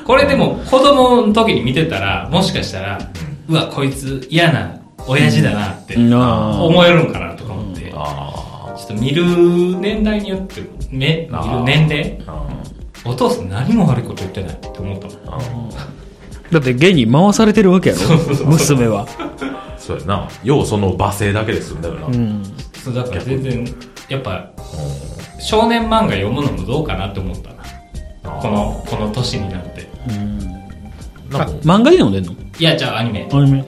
[SPEAKER 3] これでも子供の時に見てたらもしかしたらうわこいつ嫌な親父だなって
[SPEAKER 1] なあ
[SPEAKER 3] 思えるんかなとか思ってちょ
[SPEAKER 2] あ
[SPEAKER 3] っと見る年代によってね見
[SPEAKER 2] あー
[SPEAKER 3] る年齢
[SPEAKER 2] あうん
[SPEAKER 3] お父さん何も悪いこと言ってないって思ったもん
[SPEAKER 1] だって、現に回されてるわけやろ。娘は。
[SPEAKER 2] そうやなようその罵声だけで済んだよな、
[SPEAKER 1] う
[SPEAKER 2] うん
[SPEAKER 1] ん。
[SPEAKER 3] そうだから全然やっぱ少年漫画読むのもどうかなって思ったなこのこの年になって
[SPEAKER 2] なんか
[SPEAKER 1] 漫画で読んでんの
[SPEAKER 3] いやじゃあアニメ
[SPEAKER 1] アニメ。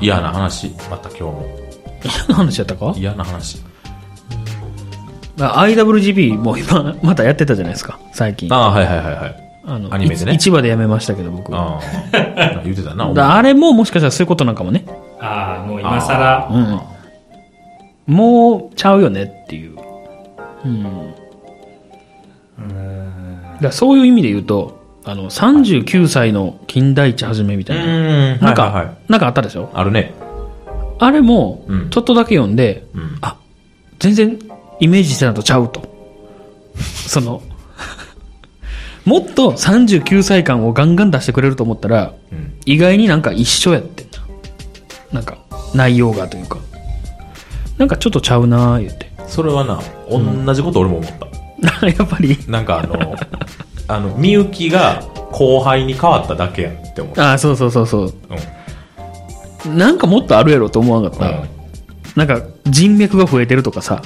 [SPEAKER 2] 嫌な話また今日も
[SPEAKER 1] 何の話やったか
[SPEAKER 2] 嫌な話
[SPEAKER 1] ?IWGP もう今、またやってたじゃないですか、最近。
[SPEAKER 2] ああーはいはいはいはい
[SPEAKER 1] あの
[SPEAKER 2] アニメでね
[SPEAKER 1] 1話でやめましたけど、僕。だ
[SPEAKER 2] ああ言ってたなお前
[SPEAKER 1] あれももしかしたらそういうことなんかもね。
[SPEAKER 3] ああもう今更
[SPEAKER 1] うん。もう、ちゃうよねっていう。うん。だからそういう意味で言うと、あの、39歳の金田一はじめみた
[SPEAKER 2] う
[SPEAKER 1] いな。
[SPEAKER 2] ーん
[SPEAKER 1] な
[SPEAKER 2] なん
[SPEAKER 1] か、
[SPEAKER 2] んか、はいはい、
[SPEAKER 1] なんかあったでしょ
[SPEAKER 2] あるね
[SPEAKER 1] あれも
[SPEAKER 2] う、ん
[SPEAKER 1] ちょっとだけ読んで、
[SPEAKER 2] うん
[SPEAKER 1] あ、全然イメージしてたのとちゃうと。 その、もっと39歳感をガンガン出してくれると思ったら、
[SPEAKER 2] うん
[SPEAKER 1] 意外になんか一緒やってんな。なんか、内容がというか。なんかちょっとちゃうなー言って。
[SPEAKER 2] それはな同じこと俺も思った、
[SPEAKER 1] やっぱり。
[SPEAKER 2] なんかあの あのみゆきが後輩に変わっただけやんって思った、
[SPEAKER 1] ああ、そうそうそうそう。
[SPEAKER 2] うん
[SPEAKER 1] なんかもっとあるやろと思わなかった。なんか人脈が増えてるとかさ。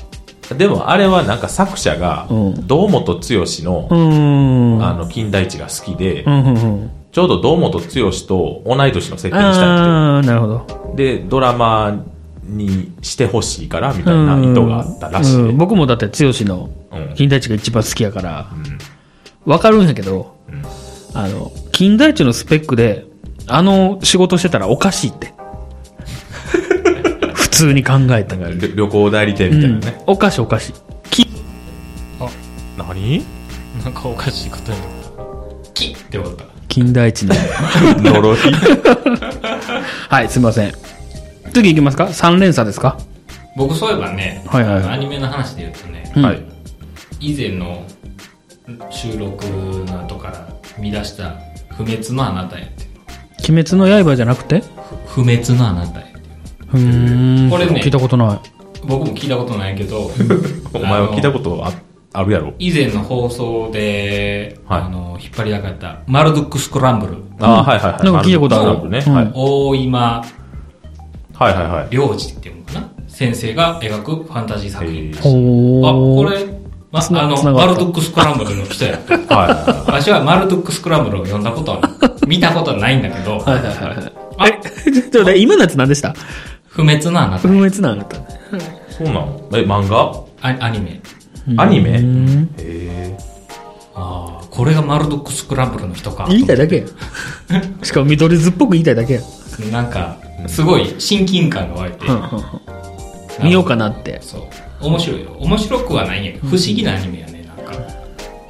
[SPEAKER 2] うんでもあれはなんか作者が
[SPEAKER 1] うん
[SPEAKER 2] 堂本剛の
[SPEAKER 1] う,、ーん。
[SPEAKER 2] あの金田一が好きで、
[SPEAKER 1] うんうんうん。
[SPEAKER 2] ちょうど堂本剛と同い年の設定にした
[SPEAKER 1] ああ、なるほど。
[SPEAKER 2] くてでドラマにしてほしいからみたいな
[SPEAKER 1] うん
[SPEAKER 2] 意図があったらしいで、
[SPEAKER 1] うん僕もだって剛の
[SPEAKER 2] うん
[SPEAKER 1] 金田一が一番好きやから
[SPEAKER 2] ん
[SPEAKER 1] わかるんやけど、
[SPEAKER 2] ん
[SPEAKER 1] あの金田一のスペックであの仕事してたらおかしいって普通に考えたら、
[SPEAKER 2] なんか旅旅行代理店みたいなね、
[SPEAKER 1] おかしいおかしいき
[SPEAKER 2] 何
[SPEAKER 3] なんかおかしいことになったキッって思った
[SPEAKER 1] 金田一の
[SPEAKER 2] 呪い
[SPEAKER 1] はいすいません次いきますか3連鎖ですか
[SPEAKER 3] 僕そういえばね、
[SPEAKER 1] はいはい
[SPEAKER 3] アニメの話で言うとね、
[SPEAKER 1] うん
[SPEAKER 2] はい
[SPEAKER 3] 以前の収録の後から見出した不滅のあなたへっていう
[SPEAKER 1] 鬼滅の刃じゃなくて
[SPEAKER 3] 不滅のあなたへっていう
[SPEAKER 1] うーん
[SPEAKER 3] これね
[SPEAKER 1] 聞いたことない
[SPEAKER 3] 僕も聞いたことないけど
[SPEAKER 2] お前は聞いたこ
[SPEAKER 3] と
[SPEAKER 2] とああるやろ
[SPEAKER 3] 以前の放送で、
[SPEAKER 2] はい
[SPEAKER 3] あの引っ張り上がったマルドックスクランブル
[SPEAKER 2] ああはいはいはい
[SPEAKER 1] なんか聞いたことある
[SPEAKER 2] ね、
[SPEAKER 1] うん
[SPEAKER 2] はい
[SPEAKER 3] 大今
[SPEAKER 2] はいはいはい
[SPEAKER 3] 良治っていうのかな先生が描くファンタジー作品
[SPEAKER 2] へ
[SPEAKER 3] あ
[SPEAKER 2] ー
[SPEAKER 1] お
[SPEAKER 3] こ
[SPEAKER 1] ー
[SPEAKER 3] れ、ま、
[SPEAKER 1] つな
[SPEAKER 3] あの
[SPEAKER 1] つながっ
[SPEAKER 3] マ
[SPEAKER 1] た
[SPEAKER 3] ルドックスクランブルの人や
[SPEAKER 2] はいはいはい
[SPEAKER 3] 私はマルドックスクランブルを読んだことは、 見たことはないんだけど、
[SPEAKER 1] はいはいはいはい
[SPEAKER 3] あ
[SPEAKER 1] え、ちょっと待って今のやつ何でした
[SPEAKER 3] 不滅のあなた
[SPEAKER 1] 不、滅なんだった
[SPEAKER 2] そうなのえ漫画
[SPEAKER 3] あアニメ。
[SPEAKER 2] アニメへえ
[SPEAKER 3] ああ、これがマルドックスクランブルの人か。
[SPEAKER 1] 言いたいだけやしかも緑図っぽく言いたいだけや、
[SPEAKER 3] なんか、すごい親近感が湧いて、
[SPEAKER 1] 見ようかなって
[SPEAKER 3] そう。面白いよ。面白くはないんやけど、不思議なアニメやね、なんか。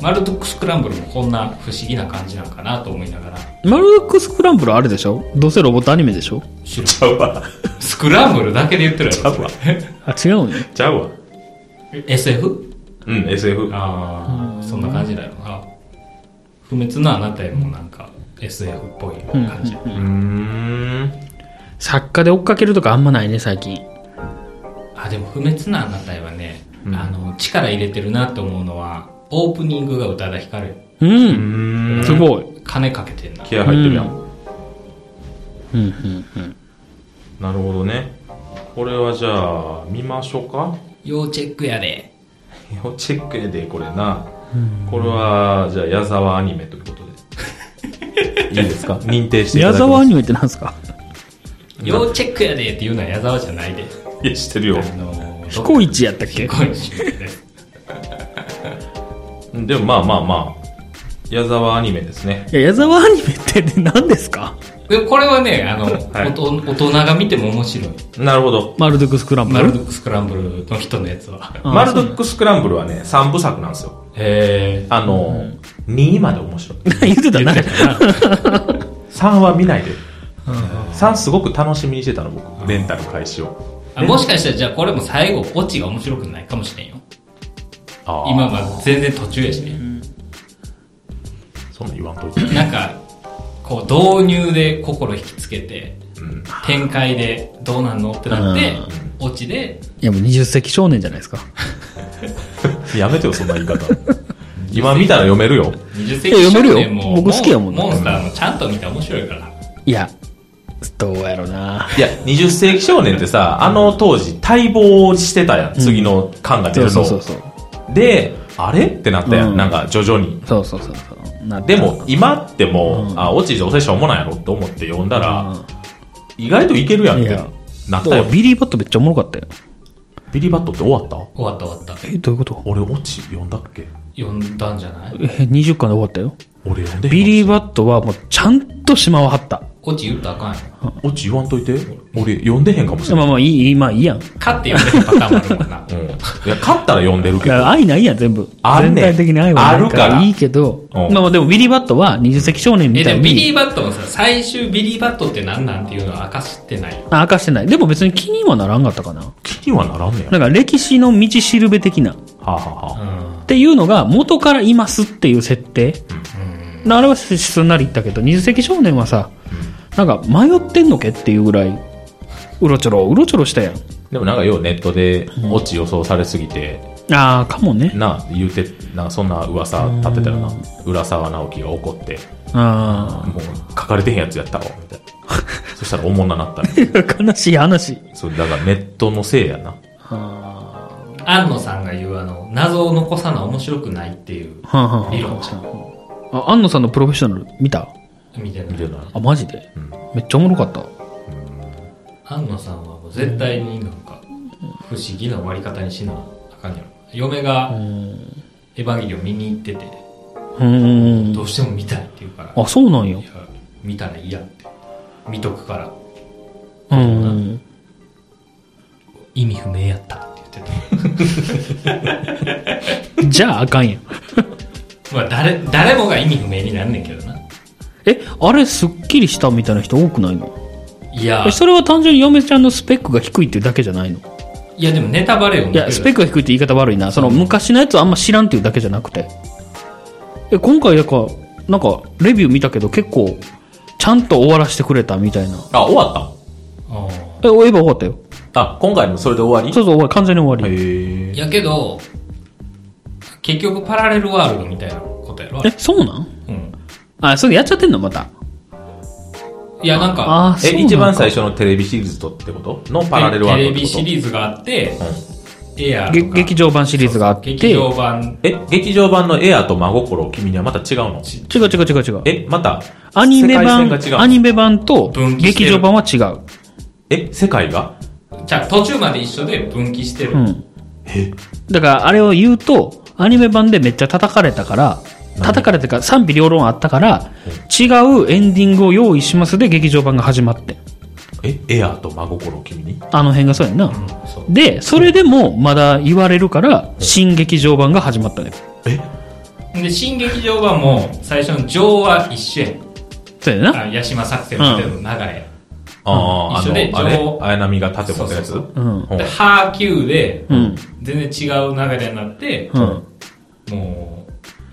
[SPEAKER 3] マルドックスクランブルもこんな不思議な感じなんかなと思いながら、
[SPEAKER 1] マルドックスクランブルあれでしょどうせロボットアニメでしょ
[SPEAKER 3] 知 らん
[SPEAKER 2] ちゃうわ。
[SPEAKER 3] スクランブルだけで言ってるやろ。それ
[SPEAKER 1] あ、違うね。
[SPEAKER 2] ちゃうわ。
[SPEAKER 3] SF?
[SPEAKER 2] うん、SF。
[SPEAKER 3] ああ、そんな感じだよな。不滅のあなたへもなんか SF っぽい感じ。
[SPEAKER 2] うーん。
[SPEAKER 1] 作家で追っかけるとかあんまないね、最近。
[SPEAKER 3] あ、でも不滅のあなたへはね、あの、力入れてるなって思うのは、オープニングが宇多田ヒカル。
[SPEAKER 1] う、
[SPEAKER 2] うんーん。
[SPEAKER 1] すごい。
[SPEAKER 3] 金かけてんな。
[SPEAKER 2] 気合入ってるやん。
[SPEAKER 1] うん、うん、うん。
[SPEAKER 2] なるほどね。これはじゃあ、見ましょうか。
[SPEAKER 3] 要チェックやで。
[SPEAKER 2] 要チェックやで、これな。これは、じゃあ、矢沢アニメということ で。いいですか認定していた
[SPEAKER 1] 矢
[SPEAKER 2] だけます
[SPEAKER 1] 沢アニメってなんですか
[SPEAKER 3] 要チェックやでって言うのは矢沢じゃないで。
[SPEAKER 2] いや、知ってるよ。
[SPEAKER 3] あのー、
[SPEAKER 1] 彦一やったっけ
[SPEAKER 3] 彦一です。
[SPEAKER 2] でも、まあまあまあ、矢沢アニメですね。
[SPEAKER 1] いや、矢沢アニメって何ですか
[SPEAKER 3] でこれはね、あの、
[SPEAKER 2] はい
[SPEAKER 3] おと大人が見ても面白い。
[SPEAKER 2] なるほど。
[SPEAKER 1] マルドックスクランブ
[SPEAKER 3] マ
[SPEAKER 1] ル
[SPEAKER 3] ルド。ックスクランブルの人のやつは。
[SPEAKER 1] あ
[SPEAKER 2] マルドックスクランブルはね、3部作なんですよ。
[SPEAKER 3] え
[SPEAKER 2] あの、2位まで面白い。
[SPEAKER 1] 言ってたな。
[SPEAKER 2] 3は見ないで。3すごく楽しみにしてたの、僕。レンタル開始を。
[SPEAKER 3] ー、あもしかしたらじゃあこれも最後、オチが面白くないかもしれんよ。
[SPEAKER 2] あー
[SPEAKER 3] 今は全然途中やしね。
[SPEAKER 2] そんなん言わん といて。
[SPEAKER 3] なんか、こう導入で心引きつけて、展開でどうなんのってなって、オチで、
[SPEAKER 1] いや、もう20世紀少年じゃないですか。
[SPEAKER 2] やめてよ、そんな言い方。今見たら読めるよ。
[SPEAKER 3] 20世紀
[SPEAKER 1] いや
[SPEAKER 3] 少
[SPEAKER 1] 読め
[SPEAKER 3] 年
[SPEAKER 1] るよ
[SPEAKER 3] も、
[SPEAKER 1] 僕好きやもん
[SPEAKER 3] モンスターもちゃんと見たら面白いから。
[SPEAKER 1] いや、どうやろうない
[SPEAKER 2] や、20世紀少年ってさ、あの当時、待望してたやん。次の感が出
[SPEAKER 1] そう
[SPEAKER 2] る
[SPEAKER 1] そ
[SPEAKER 2] の
[SPEAKER 1] う。そうそう。
[SPEAKER 2] で、あれってなったやん。
[SPEAKER 1] うん
[SPEAKER 2] なんか、徐々に。
[SPEAKER 1] そうそうそうそう。な
[SPEAKER 2] でも、今ってもう、あ、落ちどうせしょうもないやろって思って読んだら、意外といけるやんっ
[SPEAKER 1] い
[SPEAKER 2] て
[SPEAKER 1] や
[SPEAKER 2] なった
[SPEAKER 1] だ
[SPEAKER 2] よ。
[SPEAKER 1] ビリーバットめっちゃおもろかったよ。
[SPEAKER 2] ビリバットって終わった
[SPEAKER 3] 終わった終わった。
[SPEAKER 1] え、どういうこと
[SPEAKER 2] 俺、落ち読んだっけ
[SPEAKER 3] 読んだんじゃない
[SPEAKER 1] え、20巻で終わったよ。
[SPEAKER 2] 俺読んでへん
[SPEAKER 1] ビリーバットはもうちゃんと島を張った。
[SPEAKER 3] オチ言ったらあかんよ。
[SPEAKER 2] 落ち言わんといて。俺、読んでへんかもしれ
[SPEAKER 1] まあまあいい、いいまあいいやん。い
[SPEAKER 3] 勝って読んでるパターンもあるも んな。
[SPEAKER 2] ん。うん。いや、勝ったら読んでるけど。
[SPEAKER 1] や、愛ないやん、全部。
[SPEAKER 2] あんねん
[SPEAKER 1] 全体的に愛はない
[SPEAKER 2] あるから
[SPEAKER 1] いいけど。
[SPEAKER 2] うん
[SPEAKER 1] まあまあでもビリーバットは20世紀少年み
[SPEAKER 3] え、
[SPEAKER 1] た
[SPEAKER 3] で
[SPEAKER 1] い
[SPEAKER 3] も
[SPEAKER 1] に。
[SPEAKER 3] ビリーバットもさ、最終ビリーバットって何なんていうのは明かしてない。
[SPEAKER 1] あ、明かしてない。でも別に気にはならんかったかな。
[SPEAKER 2] 気にはならんねや。
[SPEAKER 1] なんか歴史の道しるべ的な。っ
[SPEAKER 2] はあ、はあ
[SPEAKER 3] う
[SPEAKER 2] はあ、
[SPEAKER 3] ん。
[SPEAKER 1] ていうのが元からいますっていう設定。あれはすんなり言ったけど、二十世紀少年はさ、なんか迷ってんのけっていうぐらい、うろちょろ、うろちょろしたやん。
[SPEAKER 2] でもなんかようネットで落ち予想されすぎて、
[SPEAKER 1] ああ、かもね。
[SPEAKER 2] なあ言うてなんかそんな噂立ってたよな浦沢直樹が怒って
[SPEAKER 1] あ
[SPEAKER 2] もう書かれてへんやつやったろみたいなそしたらおもんななったみたい
[SPEAKER 1] あ。 悲しい話。
[SPEAKER 2] なそうだからネットのせいやな
[SPEAKER 3] 安野さんが言うあの、謎を残さな面白くないっていう
[SPEAKER 1] はあ、は
[SPEAKER 3] 理論
[SPEAKER 1] あ、あ、安野さんのプロフェッショナル見た
[SPEAKER 3] みたい
[SPEAKER 2] みた。
[SPEAKER 3] ない
[SPEAKER 2] な
[SPEAKER 1] あ、マジで、
[SPEAKER 2] ん
[SPEAKER 1] めっちゃおもろかった。
[SPEAKER 3] 安野さんはもう絶対になんか、不思議な終わり方にしなあかんやろ。嫁が、エヴァゲリオン見に行ってて、
[SPEAKER 1] うーん。
[SPEAKER 3] どうしても見たいって言うから、
[SPEAKER 1] あ、そうなんよ
[SPEAKER 3] い。や見たらいいやって。見とくから、
[SPEAKER 1] うん。
[SPEAKER 3] 意味不明やったって言って た。
[SPEAKER 1] じゃああかんやん。
[SPEAKER 3] まあ誰、誰もが意味不明になんねんけどな。
[SPEAKER 1] え、あれすっきりしたみたいな人多くないの
[SPEAKER 3] いや
[SPEAKER 1] え、、それは単純に嫁ちゃんのスペックが低いっていうだけじゃないの
[SPEAKER 3] いやでもネタバレよ。
[SPEAKER 1] いや、スペックが低いって言い方悪いな。その昔のやつあんま知らんっていうだけじゃなくて。え、今回なんか、なんか、レビュー見たけど結構、ちゃんと終わらせてくれたみたいな。
[SPEAKER 2] あ終わっ
[SPEAKER 3] あ
[SPEAKER 1] え、エヴァ終わったよ。
[SPEAKER 2] たあ今回もそれで終わ
[SPEAKER 1] そうそう、終わり完全に終わ
[SPEAKER 2] り
[SPEAKER 1] り。
[SPEAKER 2] へ
[SPEAKER 3] ー
[SPEAKER 2] え
[SPEAKER 3] やけど、結局パラレルワールドみたいなことやろあれ
[SPEAKER 1] え、そうなん
[SPEAKER 3] うん。
[SPEAKER 1] あ、それやっちゃってんのまた。
[SPEAKER 3] いやなんか、
[SPEAKER 1] あー、そう
[SPEAKER 2] え
[SPEAKER 1] なん
[SPEAKER 2] 一番最初のテレビシリーズとってことのパラレルワールド
[SPEAKER 3] テレビシ
[SPEAKER 2] ー
[SPEAKER 3] リーズがあって、
[SPEAKER 2] ズ、
[SPEAKER 3] エアー
[SPEAKER 1] げ
[SPEAKER 3] とか
[SPEAKER 1] 劇場版シリーズがあって。
[SPEAKER 3] 劇場版、
[SPEAKER 2] うんえ劇場版のエアと真心君にはまた違うの
[SPEAKER 1] 違う違う違う違う。
[SPEAKER 2] えまた
[SPEAKER 1] アニメ版
[SPEAKER 2] 世界線、が
[SPEAKER 1] ア
[SPEAKER 2] 違う
[SPEAKER 1] ニメ版と
[SPEAKER 3] 分岐して
[SPEAKER 1] 劇
[SPEAKER 3] る
[SPEAKER 1] 場版は違う。
[SPEAKER 2] え世界が
[SPEAKER 3] じゃあ途中まで一緒で分岐してる。
[SPEAKER 1] うん。だから、あれを言うと、アニメ版でめっちゃ叩かれたから、叩かれてか賛否両論あったから、違うエンディングを用意しますで劇場版が始まって。
[SPEAKER 2] えエアと真心君に
[SPEAKER 1] あの辺がそうやんな。
[SPEAKER 3] そう
[SPEAKER 1] で、それでもまだ言われるから、新劇場版が始まったね。
[SPEAKER 2] え
[SPEAKER 3] で、新劇場版も、最初の情は一緒や
[SPEAKER 1] そうや
[SPEAKER 3] ん。
[SPEAKER 1] な。
[SPEAKER 3] あ八島作戦みたいなの流れや。
[SPEAKER 2] ああ、あ
[SPEAKER 3] 一緒で
[SPEAKER 2] の、あれ
[SPEAKER 3] 情報、
[SPEAKER 2] 綾波が盾持ったやつ
[SPEAKER 3] そうそう
[SPEAKER 1] うん。
[SPEAKER 2] ほう
[SPEAKER 3] で、ハーキューで、
[SPEAKER 1] うん。
[SPEAKER 3] 全然違う流れになって、
[SPEAKER 1] うん。
[SPEAKER 3] も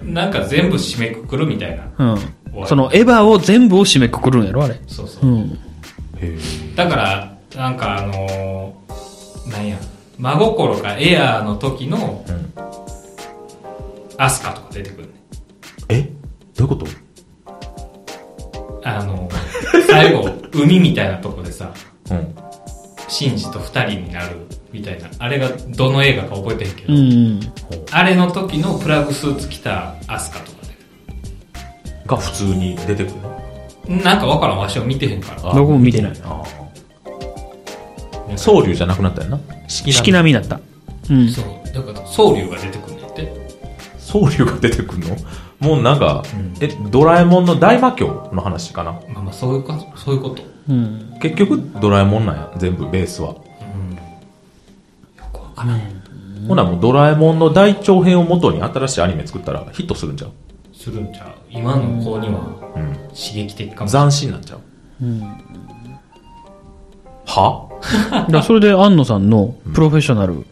[SPEAKER 3] う、なんか全部締めくくるみたいな。
[SPEAKER 1] うん。その、エヴァを全部を締めくくるんやろ、あれ。
[SPEAKER 3] そうそうう。
[SPEAKER 1] ん。
[SPEAKER 2] へ
[SPEAKER 3] だから、なんかあのーなんや、真心かエアーの時の
[SPEAKER 2] えうん
[SPEAKER 3] アスカとか出てくるね。
[SPEAKER 2] えどういうこと
[SPEAKER 3] あの ー最後、海みたいなとこでさ、
[SPEAKER 2] うん。
[SPEAKER 3] シンジと二人になるみたいな。あれがどの映画か覚えてへんけ
[SPEAKER 1] う
[SPEAKER 3] ど、
[SPEAKER 1] ん。
[SPEAKER 2] ほう
[SPEAKER 3] あれの時のプラグスーツ着たアスカとか出て
[SPEAKER 2] が普通に出てくるの
[SPEAKER 3] くる。なんかわからん、わしは見てへんから。
[SPEAKER 2] あ
[SPEAKER 1] 僕も見てない。
[SPEAKER 2] ああ。僧侶じゃなくなったよな。
[SPEAKER 1] 四季並みだった。うん。
[SPEAKER 3] そう。だから、僧侶が出てくるんだって。
[SPEAKER 2] 僧侶が出てくるのもうなんか、え、ドラえもんの大魔教の話かな。
[SPEAKER 3] まあまあ、そういうか、そういうこと。
[SPEAKER 1] うん。
[SPEAKER 2] 結局、ドラえもんなんや。全部、ベースは。
[SPEAKER 3] うん。
[SPEAKER 2] ほな、もうドラえもんの大長編を元に新しいアニメ作ったらヒットするんちゃう
[SPEAKER 3] するんちゃう今の子には
[SPEAKER 2] うん。
[SPEAKER 3] 刺激的かもしれな
[SPEAKER 2] 斬
[SPEAKER 3] い。
[SPEAKER 2] 新なんちゃうは
[SPEAKER 1] だからそれで、安野さんのプロフェッショナル、
[SPEAKER 2] うん。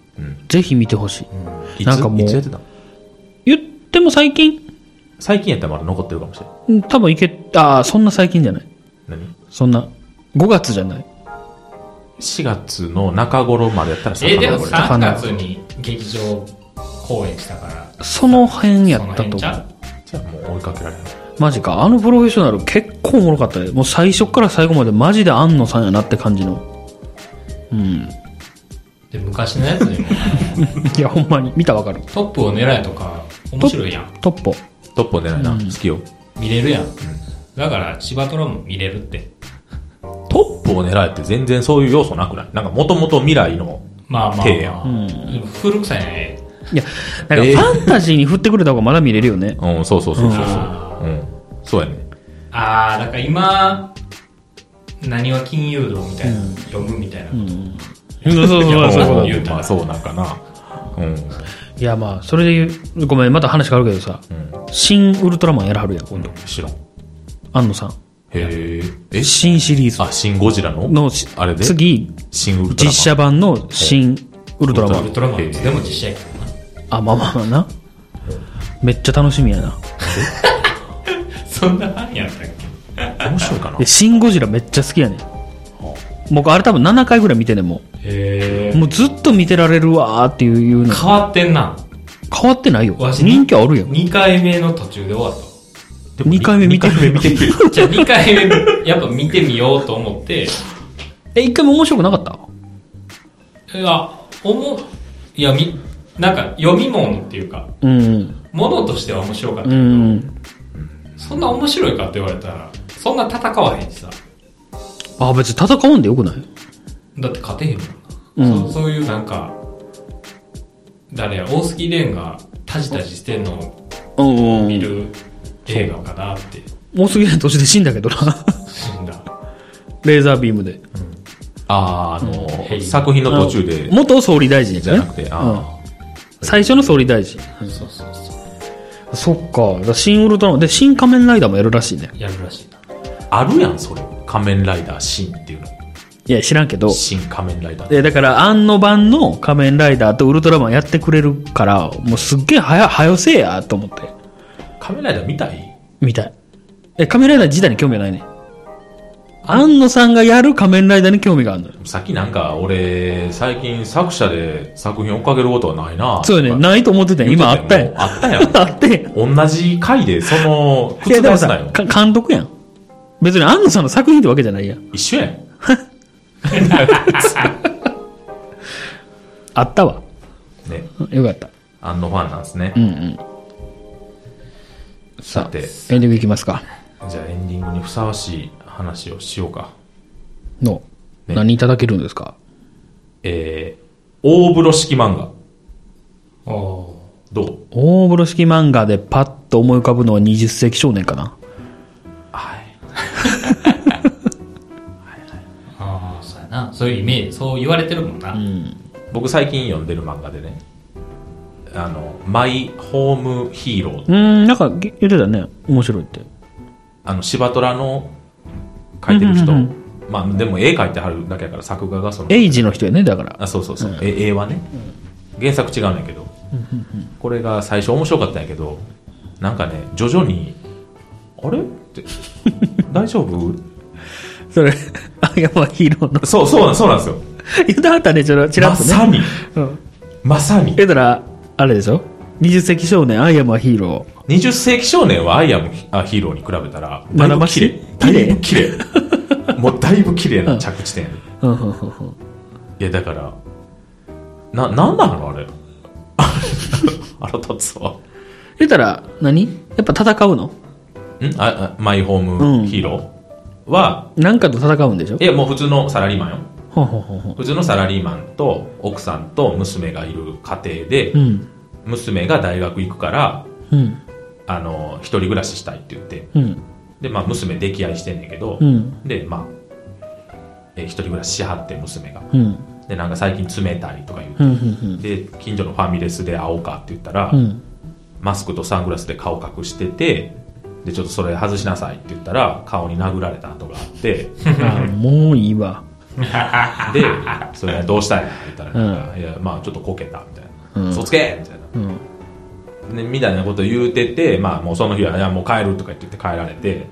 [SPEAKER 1] ぜひ見てほしい。
[SPEAKER 2] いつ
[SPEAKER 1] なんかもう
[SPEAKER 2] いつやってたの
[SPEAKER 1] 言っても最近、
[SPEAKER 2] 最近やったらまだ残ってるかもしれん。
[SPEAKER 1] うん多分いけ、ああ、そんな最近じゃない。
[SPEAKER 2] 何
[SPEAKER 1] そんな、5月じゃない。
[SPEAKER 2] ?4 月の中頃までやったら
[SPEAKER 3] え、でも
[SPEAKER 2] これ。
[SPEAKER 3] 3月に劇場公演したから、
[SPEAKER 1] その辺や
[SPEAKER 3] その
[SPEAKER 1] ったと
[SPEAKER 3] 辺ち
[SPEAKER 1] 思
[SPEAKER 3] ゃ
[SPEAKER 1] う。
[SPEAKER 3] う
[SPEAKER 2] じゃあもう追いかけられない。
[SPEAKER 1] マジか。あのプロフェッショナル結構おもろかったね。もう最初から最後までマジで安野さんやなって感じの。うん。
[SPEAKER 3] で、昔のやつでも、
[SPEAKER 1] いや、ほんまに。見たらわかる。
[SPEAKER 3] トップを狙えとか、面白いやん。
[SPEAKER 1] トッポ。
[SPEAKER 2] トップを狙いな。好きよ。
[SPEAKER 3] 見れるやん。だから、芝トラも見れるって。
[SPEAKER 2] トップを狙えって全然そういう要素なくないなんかもともと未来の、
[SPEAKER 3] まあまあ、
[SPEAKER 2] 手や
[SPEAKER 3] まあ、古臭いね。
[SPEAKER 1] いや、なん
[SPEAKER 2] えー
[SPEAKER 1] かファンタジーに振ってくれた方がまだ見れるよね。
[SPEAKER 2] うん、そうそうそうそうそう。
[SPEAKER 3] あ
[SPEAKER 2] うん。そうやね。
[SPEAKER 3] あー、だから今、何は金融道みたいな、読むみたいな。
[SPEAKER 1] そうそうそう
[SPEAKER 3] いやそういうこと
[SPEAKER 2] ん
[SPEAKER 3] 言うたら
[SPEAKER 2] まあそうなんかな。うん。
[SPEAKER 1] いや、まあ、それで言う、ごめん、また話変わるけどさ、
[SPEAKER 2] うん。
[SPEAKER 1] 新ウルトラマンやらはるやん、今度。
[SPEAKER 2] 知らん。
[SPEAKER 1] 安野さん。
[SPEAKER 2] へえ。え
[SPEAKER 1] 新シリーズ
[SPEAKER 2] あ、シン・ゴジラの
[SPEAKER 1] のし、
[SPEAKER 2] あれで
[SPEAKER 1] 次、
[SPEAKER 2] シン・ウルトラマン。
[SPEAKER 1] 実写版の新ウルトラマ
[SPEAKER 2] ウ
[SPEAKER 1] ン。
[SPEAKER 3] ウルトラマンって
[SPEAKER 2] へえ
[SPEAKER 3] でも実写やけど
[SPEAKER 1] あ、まあまあまあな。めっちゃ楽しみやな。
[SPEAKER 3] な。そんな範囲やったっけ
[SPEAKER 2] 面白いかな
[SPEAKER 1] で、。シン・ゴジラめっちゃ好きやねん。僕、あれ多分7回ぐらい見てねんも
[SPEAKER 3] へ
[SPEAKER 1] う。もうずっと見てられるわーっていういうの。
[SPEAKER 3] 変わってんな。
[SPEAKER 1] 変わってないよ。
[SPEAKER 3] わし
[SPEAKER 1] 人気あるやん。
[SPEAKER 3] 2回目の途中で終わった。
[SPEAKER 2] でも
[SPEAKER 1] 二回目見て
[SPEAKER 2] 二回目見てみる。
[SPEAKER 3] じゃあ2回目、やっぱ見てみようと思って、
[SPEAKER 1] え、一回も面白くなかった
[SPEAKER 3] いや、思う、いや、み、なんか読み物っていうか、
[SPEAKER 1] うん。
[SPEAKER 3] ものとしては面白かった
[SPEAKER 1] う
[SPEAKER 3] けど、
[SPEAKER 1] ん。
[SPEAKER 3] そんな面白いかって言われたら、そんな戦わへんしさ。
[SPEAKER 1] あ、別に戦わんでよくない
[SPEAKER 3] だって勝てへんも
[SPEAKER 1] うん
[SPEAKER 3] な。
[SPEAKER 1] ん
[SPEAKER 3] そそういうなんか、誰や、大杉蓮がタジタジしてんのを
[SPEAKER 1] うんうん。
[SPEAKER 3] 見る映画かなって、
[SPEAKER 1] もうすぐの年で死んだけどな。
[SPEAKER 3] 死んだ。
[SPEAKER 1] レーザービームで。
[SPEAKER 2] あー、あ
[SPEAKER 3] う
[SPEAKER 2] の、
[SPEAKER 3] ん
[SPEAKER 2] 作品の途中で、
[SPEAKER 1] 元総理大臣
[SPEAKER 2] じゃ
[SPEAKER 1] や
[SPEAKER 2] な
[SPEAKER 1] ね
[SPEAKER 2] く。て、
[SPEAKER 1] う
[SPEAKER 2] あ
[SPEAKER 1] 最初の総理大臣。
[SPEAKER 3] そうそうそ
[SPEAKER 1] そっか。だから新ウルトラマン。で、新仮面ライダーもやるらしいね
[SPEAKER 3] う。。やるらしいな。
[SPEAKER 2] ーあるやん、それ。仮面ライダーシンっていうの。
[SPEAKER 1] いや、知らんけど。
[SPEAKER 2] 新仮面ライダー。
[SPEAKER 1] で、だから、安野版の仮面ライダーとウルトラマンやってくれるから、もうすっげえ早、早よせえや、と思って。
[SPEAKER 2] 仮面ライダー見たい
[SPEAKER 1] みたい。え、仮面ライダー自体に興味はないね。安野さんがやる仮面ライダーに興味があるのよ。
[SPEAKER 2] さっきなんか、俺、最近作者で作品追っかけることはないな
[SPEAKER 1] そうよね。
[SPEAKER 2] とか
[SPEAKER 1] ないと思ってたよ。今あ
[SPEAKER 2] 言
[SPEAKER 1] ってた
[SPEAKER 2] よ
[SPEAKER 1] よ。
[SPEAKER 2] あったやん。
[SPEAKER 1] あったよ。
[SPEAKER 2] 同じ回で、その、
[SPEAKER 1] いやでも
[SPEAKER 2] 覆す
[SPEAKER 1] さ
[SPEAKER 2] なよ、。
[SPEAKER 1] か監督やん。別に安野さんの作品ってわけじゃないやん。
[SPEAKER 2] 一緒やん。
[SPEAKER 1] あったわ。
[SPEAKER 2] ね。
[SPEAKER 1] うんよかった。
[SPEAKER 2] あのファンなんですね
[SPEAKER 1] う。んうん。さ
[SPEAKER 2] さ
[SPEAKER 1] あ、エ
[SPEAKER 2] て、
[SPEAKER 1] ンディングいきますか。
[SPEAKER 2] じゃあエンディングにふさわしい話をしようか。
[SPEAKER 1] の、
[SPEAKER 2] ね
[SPEAKER 1] 何いただけるんですか
[SPEAKER 2] えー、大風呂敷漫画。
[SPEAKER 3] お
[SPEAKER 2] どう
[SPEAKER 1] 大風呂敷漫画でパッと思い浮かぶのは20世紀少年かな。
[SPEAKER 2] はい。
[SPEAKER 3] ああ、そうやな。そういうイメージ、そう言われてるもんな。
[SPEAKER 1] うん。
[SPEAKER 2] 僕最近読んでる漫画でね、あの、マイホームヒーロー
[SPEAKER 1] うん、なんかげ言ってたね。面白いって。
[SPEAKER 2] あの、芝虎の書いてる人
[SPEAKER 1] うんうんうん。
[SPEAKER 2] まあ、でも絵描いてはるだけやから、作画がその。
[SPEAKER 1] エイジの人やね、だから。
[SPEAKER 2] あ、そうそうそう。え絵はね。原作違うんやけど。これが最初面白かったんやけど、なんかね、徐々に、あ れって、大丈夫
[SPEAKER 1] それ、あ、やっぱヒーローの。
[SPEAKER 2] そう、そうなん、そうなんですよ。
[SPEAKER 1] 言ってはったね、ちょっと、ちら
[SPEAKER 2] ま
[SPEAKER 1] っと
[SPEAKER 2] さ
[SPEAKER 1] ね。
[SPEAKER 2] に、
[SPEAKER 1] うん。
[SPEAKER 2] まさに。
[SPEAKER 1] 言うたら、あれでしょ ?20 世紀少年、アイアムはヒーロー。
[SPEAKER 2] 20世紀少年はアイアムあヒーローに比べたら、だいぶ綺麗。だ
[SPEAKER 1] 七
[SPEAKER 2] い
[SPEAKER 1] 橋
[SPEAKER 2] ぶ 綺麗。もうだいぶ綺麗な着地点。
[SPEAKER 1] うん、うん、うんうん。
[SPEAKER 2] いや、だから、な、なんなの あれ。腹立つわ。
[SPEAKER 1] 言うたら、何やっぱ戦うの
[SPEAKER 2] んあ、あマイホー
[SPEAKER 1] うん
[SPEAKER 2] ムヒーロー、は、
[SPEAKER 1] なんかと戦うんでしょ
[SPEAKER 2] いや、もう普通のサラリーマンよ。
[SPEAKER 1] ほうほうほうほ
[SPEAKER 2] 普通のサラリーマンと奥さんと娘がいる家庭で
[SPEAKER 1] う。う、ん。
[SPEAKER 2] 娘が大学行くから、
[SPEAKER 1] うん。
[SPEAKER 2] あの、一人暮らししたいって言って、
[SPEAKER 1] うん。
[SPEAKER 2] で、まあ娘溺愛してんねんけど、
[SPEAKER 1] うん。
[SPEAKER 2] で、まあ、えー一人暮らししはって娘が。
[SPEAKER 1] うん。
[SPEAKER 2] で、なんか最近冷たいとか言う
[SPEAKER 1] うん。うん。
[SPEAKER 2] で、近所のファミレスで会おうかって言ったら、
[SPEAKER 1] うん。
[SPEAKER 2] マスクとサングラスで顔隠してて、で、ちょっとそれ外しなさいって言ったら、顔に殴られた跡があって、
[SPEAKER 1] あ、もういいわ。
[SPEAKER 2] で、それどうしたいのって言ったら、
[SPEAKER 1] うん
[SPEAKER 2] なんかいや、まあちょっとこけた、みたいな。
[SPEAKER 1] うん
[SPEAKER 2] 嘘つけみたい
[SPEAKER 1] うん。
[SPEAKER 2] な、ね。みたいなこと言うてて、まあもうその日は、いや、もう帰るとか言って帰られて、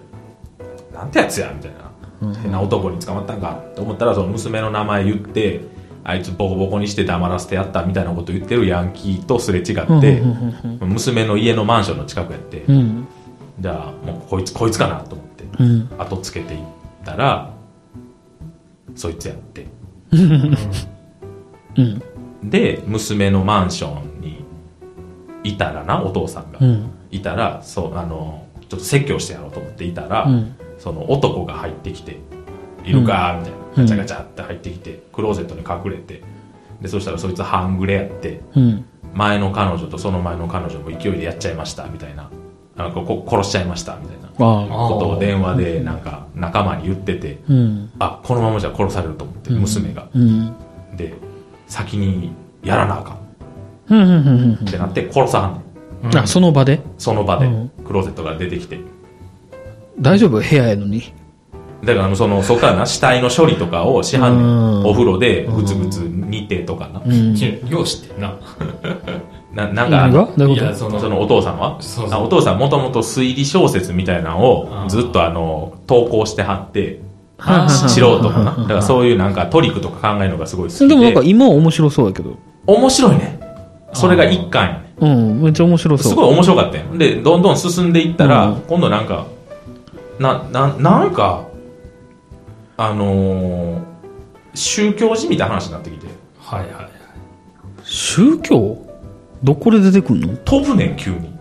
[SPEAKER 2] なんてやつやみたいな。変な男に捕まったんかと思ったら、その娘の名前言って、あいつボコボコにして黙らせてやったみたいなこと言ってるヤンキーとすれ違って、
[SPEAKER 1] うんうん
[SPEAKER 2] 娘の家のマンションの近くやって、
[SPEAKER 1] うん。
[SPEAKER 2] じゃあもうこいつこいつかなと思って
[SPEAKER 1] うん。
[SPEAKER 2] 後つけていったらそいつやって
[SPEAKER 1] うん。
[SPEAKER 2] で娘のマンションにいたらなお父さんが、
[SPEAKER 1] うん。
[SPEAKER 2] いたらそうあのちょっと説教してやろうと思っていたら、
[SPEAKER 1] うん
[SPEAKER 2] その男が入ってきて「いるか?」みたいな、
[SPEAKER 1] うん
[SPEAKER 2] ガチャガチャって入ってきてクローゼットに隠れてでそしたらそいつ半グレやって
[SPEAKER 1] うん。
[SPEAKER 2] 前の彼女とその前の彼女も勢いでやっちゃいましたみたいななんかこ殺しちゃいましたみたいな
[SPEAKER 1] ああ。
[SPEAKER 2] ことを電話でなんか仲間に言ってて、
[SPEAKER 1] うん。
[SPEAKER 2] あこのままじゃ殺されると思って、娘が
[SPEAKER 1] うん。
[SPEAKER 2] で先にやらなあか
[SPEAKER 1] う
[SPEAKER 2] ん
[SPEAKER 1] ん。うん。うん
[SPEAKER 2] ってなって殺さはんねん
[SPEAKER 1] うん。あ、その場で
[SPEAKER 2] その場で
[SPEAKER 1] うん
[SPEAKER 2] クローゼットから出てきて
[SPEAKER 1] 大丈夫部屋やのに。
[SPEAKER 2] だからそのそこからな死体の処理とかをしはんね
[SPEAKER 1] うん
[SPEAKER 2] んお風呂でグツグツ煮てとかな
[SPEAKER 1] うん。
[SPEAKER 3] よう知ってんな。
[SPEAKER 2] ななんかあ
[SPEAKER 1] 何
[SPEAKER 2] の
[SPEAKER 1] がどう
[SPEAKER 3] い
[SPEAKER 1] いう
[SPEAKER 3] や、
[SPEAKER 1] こ
[SPEAKER 3] その、
[SPEAKER 2] そのお父さんは
[SPEAKER 3] そうそう
[SPEAKER 2] あお父さんもともと推理小説みたいなのをずっとあの投稿してはって
[SPEAKER 1] はいはいはい
[SPEAKER 2] 素人かなだからそういうなんかトリックとか考えるのがすごい好き
[SPEAKER 1] と
[SPEAKER 2] で
[SPEAKER 1] でもなんか今は面白そうやけど。
[SPEAKER 2] 面白いねそれが一巻やね
[SPEAKER 1] うん。めっちゃ面白そう。
[SPEAKER 2] すごい面白かったよでどんどん進んでいったら、
[SPEAKER 1] うん
[SPEAKER 2] 今度なんかなななんかあのー宗教じみたいな話になってきて
[SPEAKER 3] はいはいはい。
[SPEAKER 1] 宗教どこで出てくんの
[SPEAKER 2] 飛ぶねん急に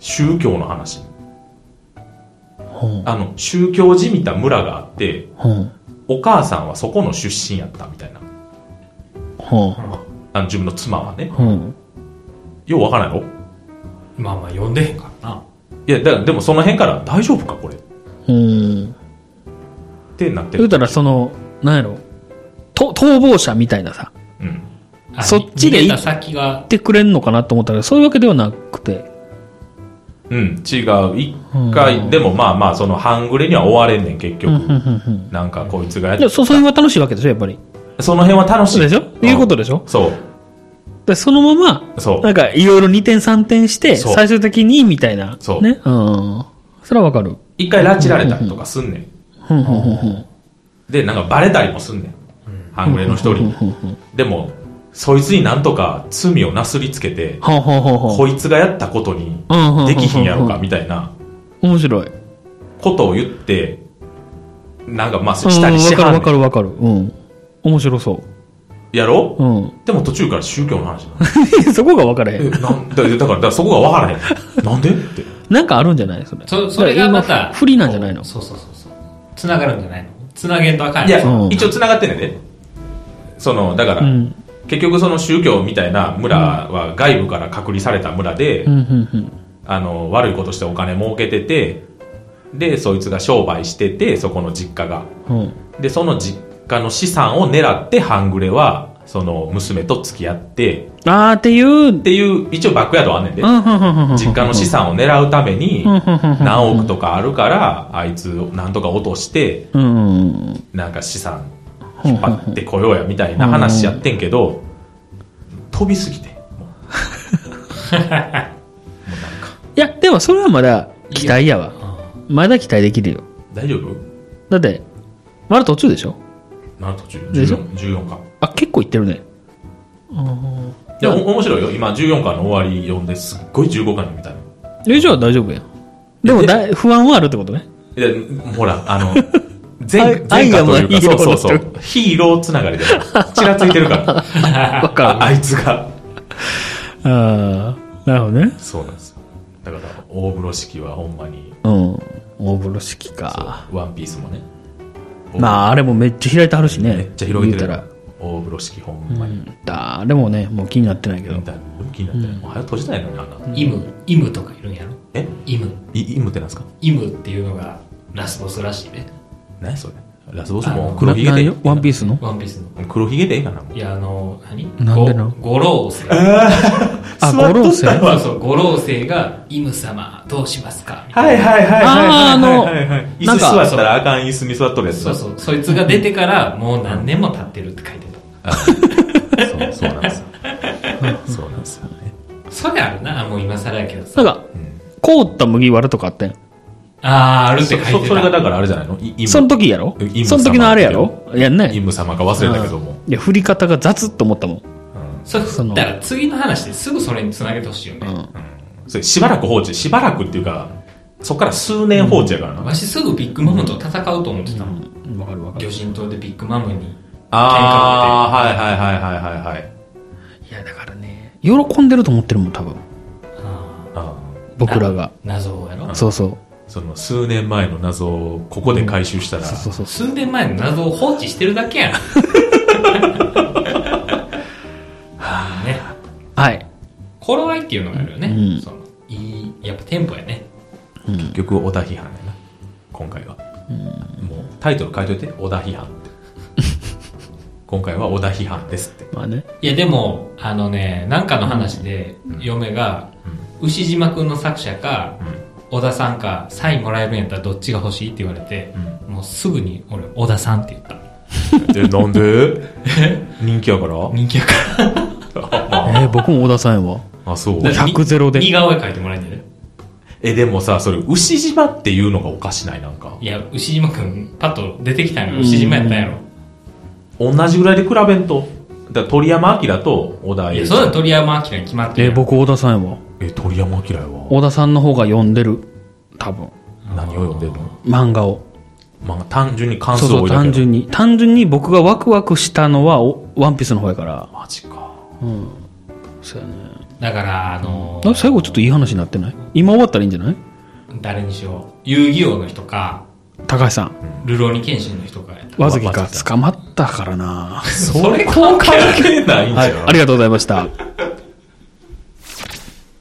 [SPEAKER 2] 宗教の話
[SPEAKER 1] は
[SPEAKER 2] あの宗教じみた村があって
[SPEAKER 1] あ、は
[SPEAKER 2] お母さんはそこの出身やったみたいな
[SPEAKER 1] あ、は
[SPEAKER 2] あの自分の妻はね
[SPEAKER 1] あ、は
[SPEAKER 2] ようわからんやろ
[SPEAKER 3] まあまあ、読んでへんからな。
[SPEAKER 2] いやだでもその辺から大丈夫かこれっ
[SPEAKER 1] あ。うん。
[SPEAKER 2] てなって
[SPEAKER 1] 言う
[SPEAKER 2] る、
[SPEAKER 1] たらその、なんやろ。と、逃亡者みたいなさ、
[SPEAKER 2] うん、
[SPEAKER 3] あ
[SPEAKER 1] そっちで
[SPEAKER 3] 逃
[SPEAKER 1] い
[SPEAKER 3] げた先が
[SPEAKER 1] 言っ、てくれんのかなと思ったけど、そういうわけではなくて。
[SPEAKER 2] うん、違う。一回、でもまあまあ、その半グレには終われんねん、結
[SPEAKER 1] うん、うん、う
[SPEAKER 2] 局。
[SPEAKER 1] ん、
[SPEAKER 2] なんかこいつがや
[SPEAKER 1] うん。でも、そ、それは楽しいわけでしょ、やっぱり。
[SPEAKER 2] その辺は楽し
[SPEAKER 1] そ。
[SPEAKER 2] いう
[SPEAKER 1] でしょいうことでしょ
[SPEAKER 2] そう。
[SPEAKER 1] で、そのまま、
[SPEAKER 2] そう
[SPEAKER 1] なんか、いろいろ2点3点して、
[SPEAKER 2] そう
[SPEAKER 1] 最終的に、みたいな。
[SPEAKER 2] そう
[SPEAKER 1] ね。うん。それはわかる。
[SPEAKER 2] 一回拉致られたりとかすんねん。
[SPEAKER 1] ふんふんふんふん。
[SPEAKER 2] で、なんかバレたりもすんねん。半グレの一人に
[SPEAKER 1] ふんふん。
[SPEAKER 2] でも、そいつになんとか罪をなすりつけて、
[SPEAKER 1] はあ、はあはあは
[SPEAKER 2] こいつがやったことに
[SPEAKER 1] うんうん
[SPEAKER 2] できひんやろ
[SPEAKER 1] う
[SPEAKER 2] か、
[SPEAKER 1] ん
[SPEAKER 2] みたいな
[SPEAKER 1] あ。面白い。
[SPEAKER 2] ことを言って、なんかまあ、
[SPEAKER 1] うん
[SPEAKER 2] したりしはん
[SPEAKER 1] わか
[SPEAKER 2] ねん
[SPEAKER 1] るわかるわかる。うん。面白そ
[SPEAKER 2] やろ
[SPEAKER 1] う。うん。
[SPEAKER 2] でも途中から宗教の話になる
[SPEAKER 1] そこが分からへ
[SPEAKER 2] え
[SPEAKER 1] ん。
[SPEAKER 2] なんだだから、だからそこがわからへ ん。なんでって。
[SPEAKER 1] なんかあるんじゃないそれ。
[SPEAKER 3] そそれがま
[SPEAKER 1] だから
[SPEAKER 3] た、
[SPEAKER 1] 今不利なんじゃないの
[SPEAKER 3] そうそうそうそう。つながるんじゃないのつなげんとあかん
[SPEAKER 2] いや、
[SPEAKER 1] うん
[SPEAKER 2] 一応繋がってんねんで。その、だから、
[SPEAKER 1] うん。
[SPEAKER 2] 結局その宗教みたいな村は外部から隔離された村で、
[SPEAKER 1] うん、うん、うん。
[SPEAKER 2] あの、悪いことしてお金儲けてて、で、そいつが商売してて、そこの実家が。
[SPEAKER 1] うん。
[SPEAKER 2] で、その実家の資産を狙って半グレは、その娘と付き合って
[SPEAKER 1] あーっていう
[SPEAKER 2] っ、ていう一応バックヤードはあんねんで、実
[SPEAKER 1] 実
[SPEAKER 2] 家の資
[SPEAKER 1] 産
[SPEAKER 2] 産を狙うために何
[SPEAKER 1] 何
[SPEAKER 2] 億とかあるからあいつをなんとか落として
[SPEAKER 1] うん
[SPEAKER 2] なんか資産引っ張ってこようやみたいな話やってんけど飛びすぎてもうもうなんか
[SPEAKER 1] いやでもそれはまだ期待やわまだ期待できるよ
[SPEAKER 2] 大丈夫
[SPEAKER 1] だってまだ途中でしょ
[SPEAKER 2] なんと途中
[SPEAKER 1] でしょ
[SPEAKER 2] 14, 14巻
[SPEAKER 1] あ結構いってるね
[SPEAKER 2] いやお面白いよ今14巻の終わり読んですっごい15巻みたいな
[SPEAKER 1] えじゃあ大丈夫やんでもだい不安はあるってことね
[SPEAKER 2] いや、ほら、あの、
[SPEAKER 1] アイ
[SPEAKER 2] 前、
[SPEAKER 1] ア
[SPEAKER 2] 前
[SPEAKER 1] イア
[SPEAKER 2] 科
[SPEAKER 1] ム
[SPEAKER 2] と
[SPEAKER 1] は
[SPEAKER 2] いうか、
[SPEAKER 1] ヒー
[SPEAKER 2] そ
[SPEAKER 1] ロ
[SPEAKER 2] う
[SPEAKER 1] ーの
[SPEAKER 2] そう
[SPEAKER 1] 人
[SPEAKER 2] そう、ヒーローつながりで、ちらついてるから、
[SPEAKER 1] わか
[SPEAKER 2] ああいつが。
[SPEAKER 1] るああなるほどね
[SPEAKER 2] そうなんですよ。だから、大風呂敷はほんまに、
[SPEAKER 1] うん大風呂敷
[SPEAKER 2] そう
[SPEAKER 1] か
[SPEAKER 2] ワンピースもね。
[SPEAKER 1] まああれもめっちゃ開いてはるしね
[SPEAKER 2] めっちゃ広げて
[SPEAKER 1] 言
[SPEAKER 2] る
[SPEAKER 1] う。
[SPEAKER 2] 大風呂敷ほんまに。み
[SPEAKER 1] たら誰もねもう気になってないけど
[SPEAKER 2] たいな、気になってる。もう早く閉じたいのに、あんな。
[SPEAKER 3] イム、イムとかいるんやろ
[SPEAKER 2] え
[SPEAKER 3] イム。
[SPEAKER 2] い、イムってなんですか
[SPEAKER 3] イムっていうのがラスボスらしいね。
[SPEAKER 2] 何それラスボスも
[SPEAKER 3] あ
[SPEAKER 2] 黒ひげ
[SPEAKER 1] な
[SPEAKER 2] で
[SPEAKER 1] な。ワンピースの
[SPEAKER 3] ワンピースの。
[SPEAKER 2] 黒ひげでええかな。
[SPEAKER 3] いや、あの、何
[SPEAKER 1] なんでなの
[SPEAKER 3] ゴゴロウセイ。
[SPEAKER 1] あ
[SPEAKER 2] 座っ
[SPEAKER 1] 五
[SPEAKER 2] と
[SPEAKER 1] 老
[SPEAKER 2] った
[SPEAKER 1] 星
[SPEAKER 2] わ
[SPEAKER 3] そうそう、ゴロウセイが、イム様、どうしますかみたい
[SPEAKER 2] はいはいはいはい
[SPEAKER 1] あーあの
[SPEAKER 2] はいはいはい椅
[SPEAKER 1] なん
[SPEAKER 2] 子
[SPEAKER 1] か
[SPEAKER 2] 座ったらあかん椅子に座っとるや
[SPEAKER 3] な
[SPEAKER 2] つ
[SPEAKER 3] そうそう、そいつが出てから、もう何年も経ってるって書いて
[SPEAKER 2] そうそうなんですよ。そうなんですよね。
[SPEAKER 3] た。それあるな、もう今更やけど
[SPEAKER 1] な
[SPEAKER 3] さ。
[SPEAKER 1] んか凍った麦割るとかあったやん
[SPEAKER 3] あー、あるって書い
[SPEAKER 2] そ
[SPEAKER 3] て
[SPEAKER 2] そ
[SPEAKER 3] た。
[SPEAKER 2] それがだからあれじゃないのいイム
[SPEAKER 1] その時やろ
[SPEAKER 2] イム
[SPEAKER 1] その時のあれやろやんない
[SPEAKER 2] イム様か忘れたけども。
[SPEAKER 1] いや振り方が雑と思ったもん
[SPEAKER 3] そ
[SPEAKER 1] その
[SPEAKER 3] だから次の話ですぐそれにつなげてほしいよね。
[SPEAKER 2] それしばらく放置、しばらくっていうか、そっから数年放置やからな。
[SPEAKER 3] わしすぐビッグマムと戦うと思ってたの。
[SPEAKER 1] わかるわか
[SPEAKER 3] 魚人島でビッグマムに。
[SPEAKER 2] あー、はいはいはいはいはいはい。
[SPEAKER 1] いやだからね喜んでると思ってるもん多分
[SPEAKER 3] あ
[SPEAKER 2] あ
[SPEAKER 1] 僕らが
[SPEAKER 3] ー謎をやろ。
[SPEAKER 1] そうそう
[SPEAKER 2] ーその数年前の謎をここで回収したら、
[SPEAKER 1] そうそうそ
[SPEAKER 3] 数年前の謎を放置してるだけやん。 ね、
[SPEAKER 1] うはい
[SPEAKER 3] 頃合いっていうのがあるよね。
[SPEAKER 1] うん
[SPEAKER 3] そのいい、やっぱテンポやね。
[SPEAKER 2] 結局小田批判やな。今回は。もうタイトル変えといて、小田批判って。 今回は小田批判ですって。
[SPEAKER 1] まあね
[SPEAKER 3] いやでも、あのね、なんかの話で、嫁が、牛島くんの作者か、小田さんか、サインもらえるんやったらどっちが欲しいって言われて、もうすぐに俺、小田さんって言った。
[SPEAKER 2] え、なんで人気やから
[SPEAKER 3] 人気やから。
[SPEAKER 1] えー僕も小田さんやわ
[SPEAKER 2] あ、そう。
[SPEAKER 1] 100ゼロで
[SPEAKER 3] 似顔絵描いてもらえんじゃない
[SPEAKER 2] え、でもさ、それ、牛島っていうのがおかしないなんか。
[SPEAKER 3] いや、牛島くん、パッと出てきたのが牛島やったんやろ。
[SPEAKER 2] 同じぐらいで比べんと。だから鳥山明と小田
[SPEAKER 3] い
[SPEAKER 2] 栄
[SPEAKER 3] や、
[SPEAKER 2] 一
[SPEAKER 3] そんなの鳥山明に決まってる
[SPEAKER 1] え
[SPEAKER 3] や
[SPEAKER 1] ー
[SPEAKER 3] ん。
[SPEAKER 1] 僕小田さんやわ
[SPEAKER 2] え、鳥山明は
[SPEAKER 1] 小田さんの方が読んでる多分
[SPEAKER 2] 何を読んでるの
[SPEAKER 1] 漫画を
[SPEAKER 2] まあ、単純に関
[SPEAKER 1] そう
[SPEAKER 2] 数
[SPEAKER 1] そ
[SPEAKER 2] 多
[SPEAKER 1] う
[SPEAKER 2] いだけ
[SPEAKER 1] 単
[SPEAKER 2] ど。
[SPEAKER 1] 純に単純に僕がワクワクしたのはおワンピースの方やから
[SPEAKER 2] マジか。
[SPEAKER 1] そうやね
[SPEAKER 3] だから、あのー
[SPEAKER 1] あ最後ちょっといい話になってない今終わったらいいんじゃない
[SPEAKER 3] 誰にしよう。遊戯王の人か、
[SPEAKER 1] 高橋さん
[SPEAKER 3] ルローニケンシンの人かやった。
[SPEAKER 1] 和月が
[SPEAKER 2] わ
[SPEAKER 1] 捕まったからな
[SPEAKER 3] それ
[SPEAKER 2] 関係ないんじゃん。
[SPEAKER 1] はいありがとうございました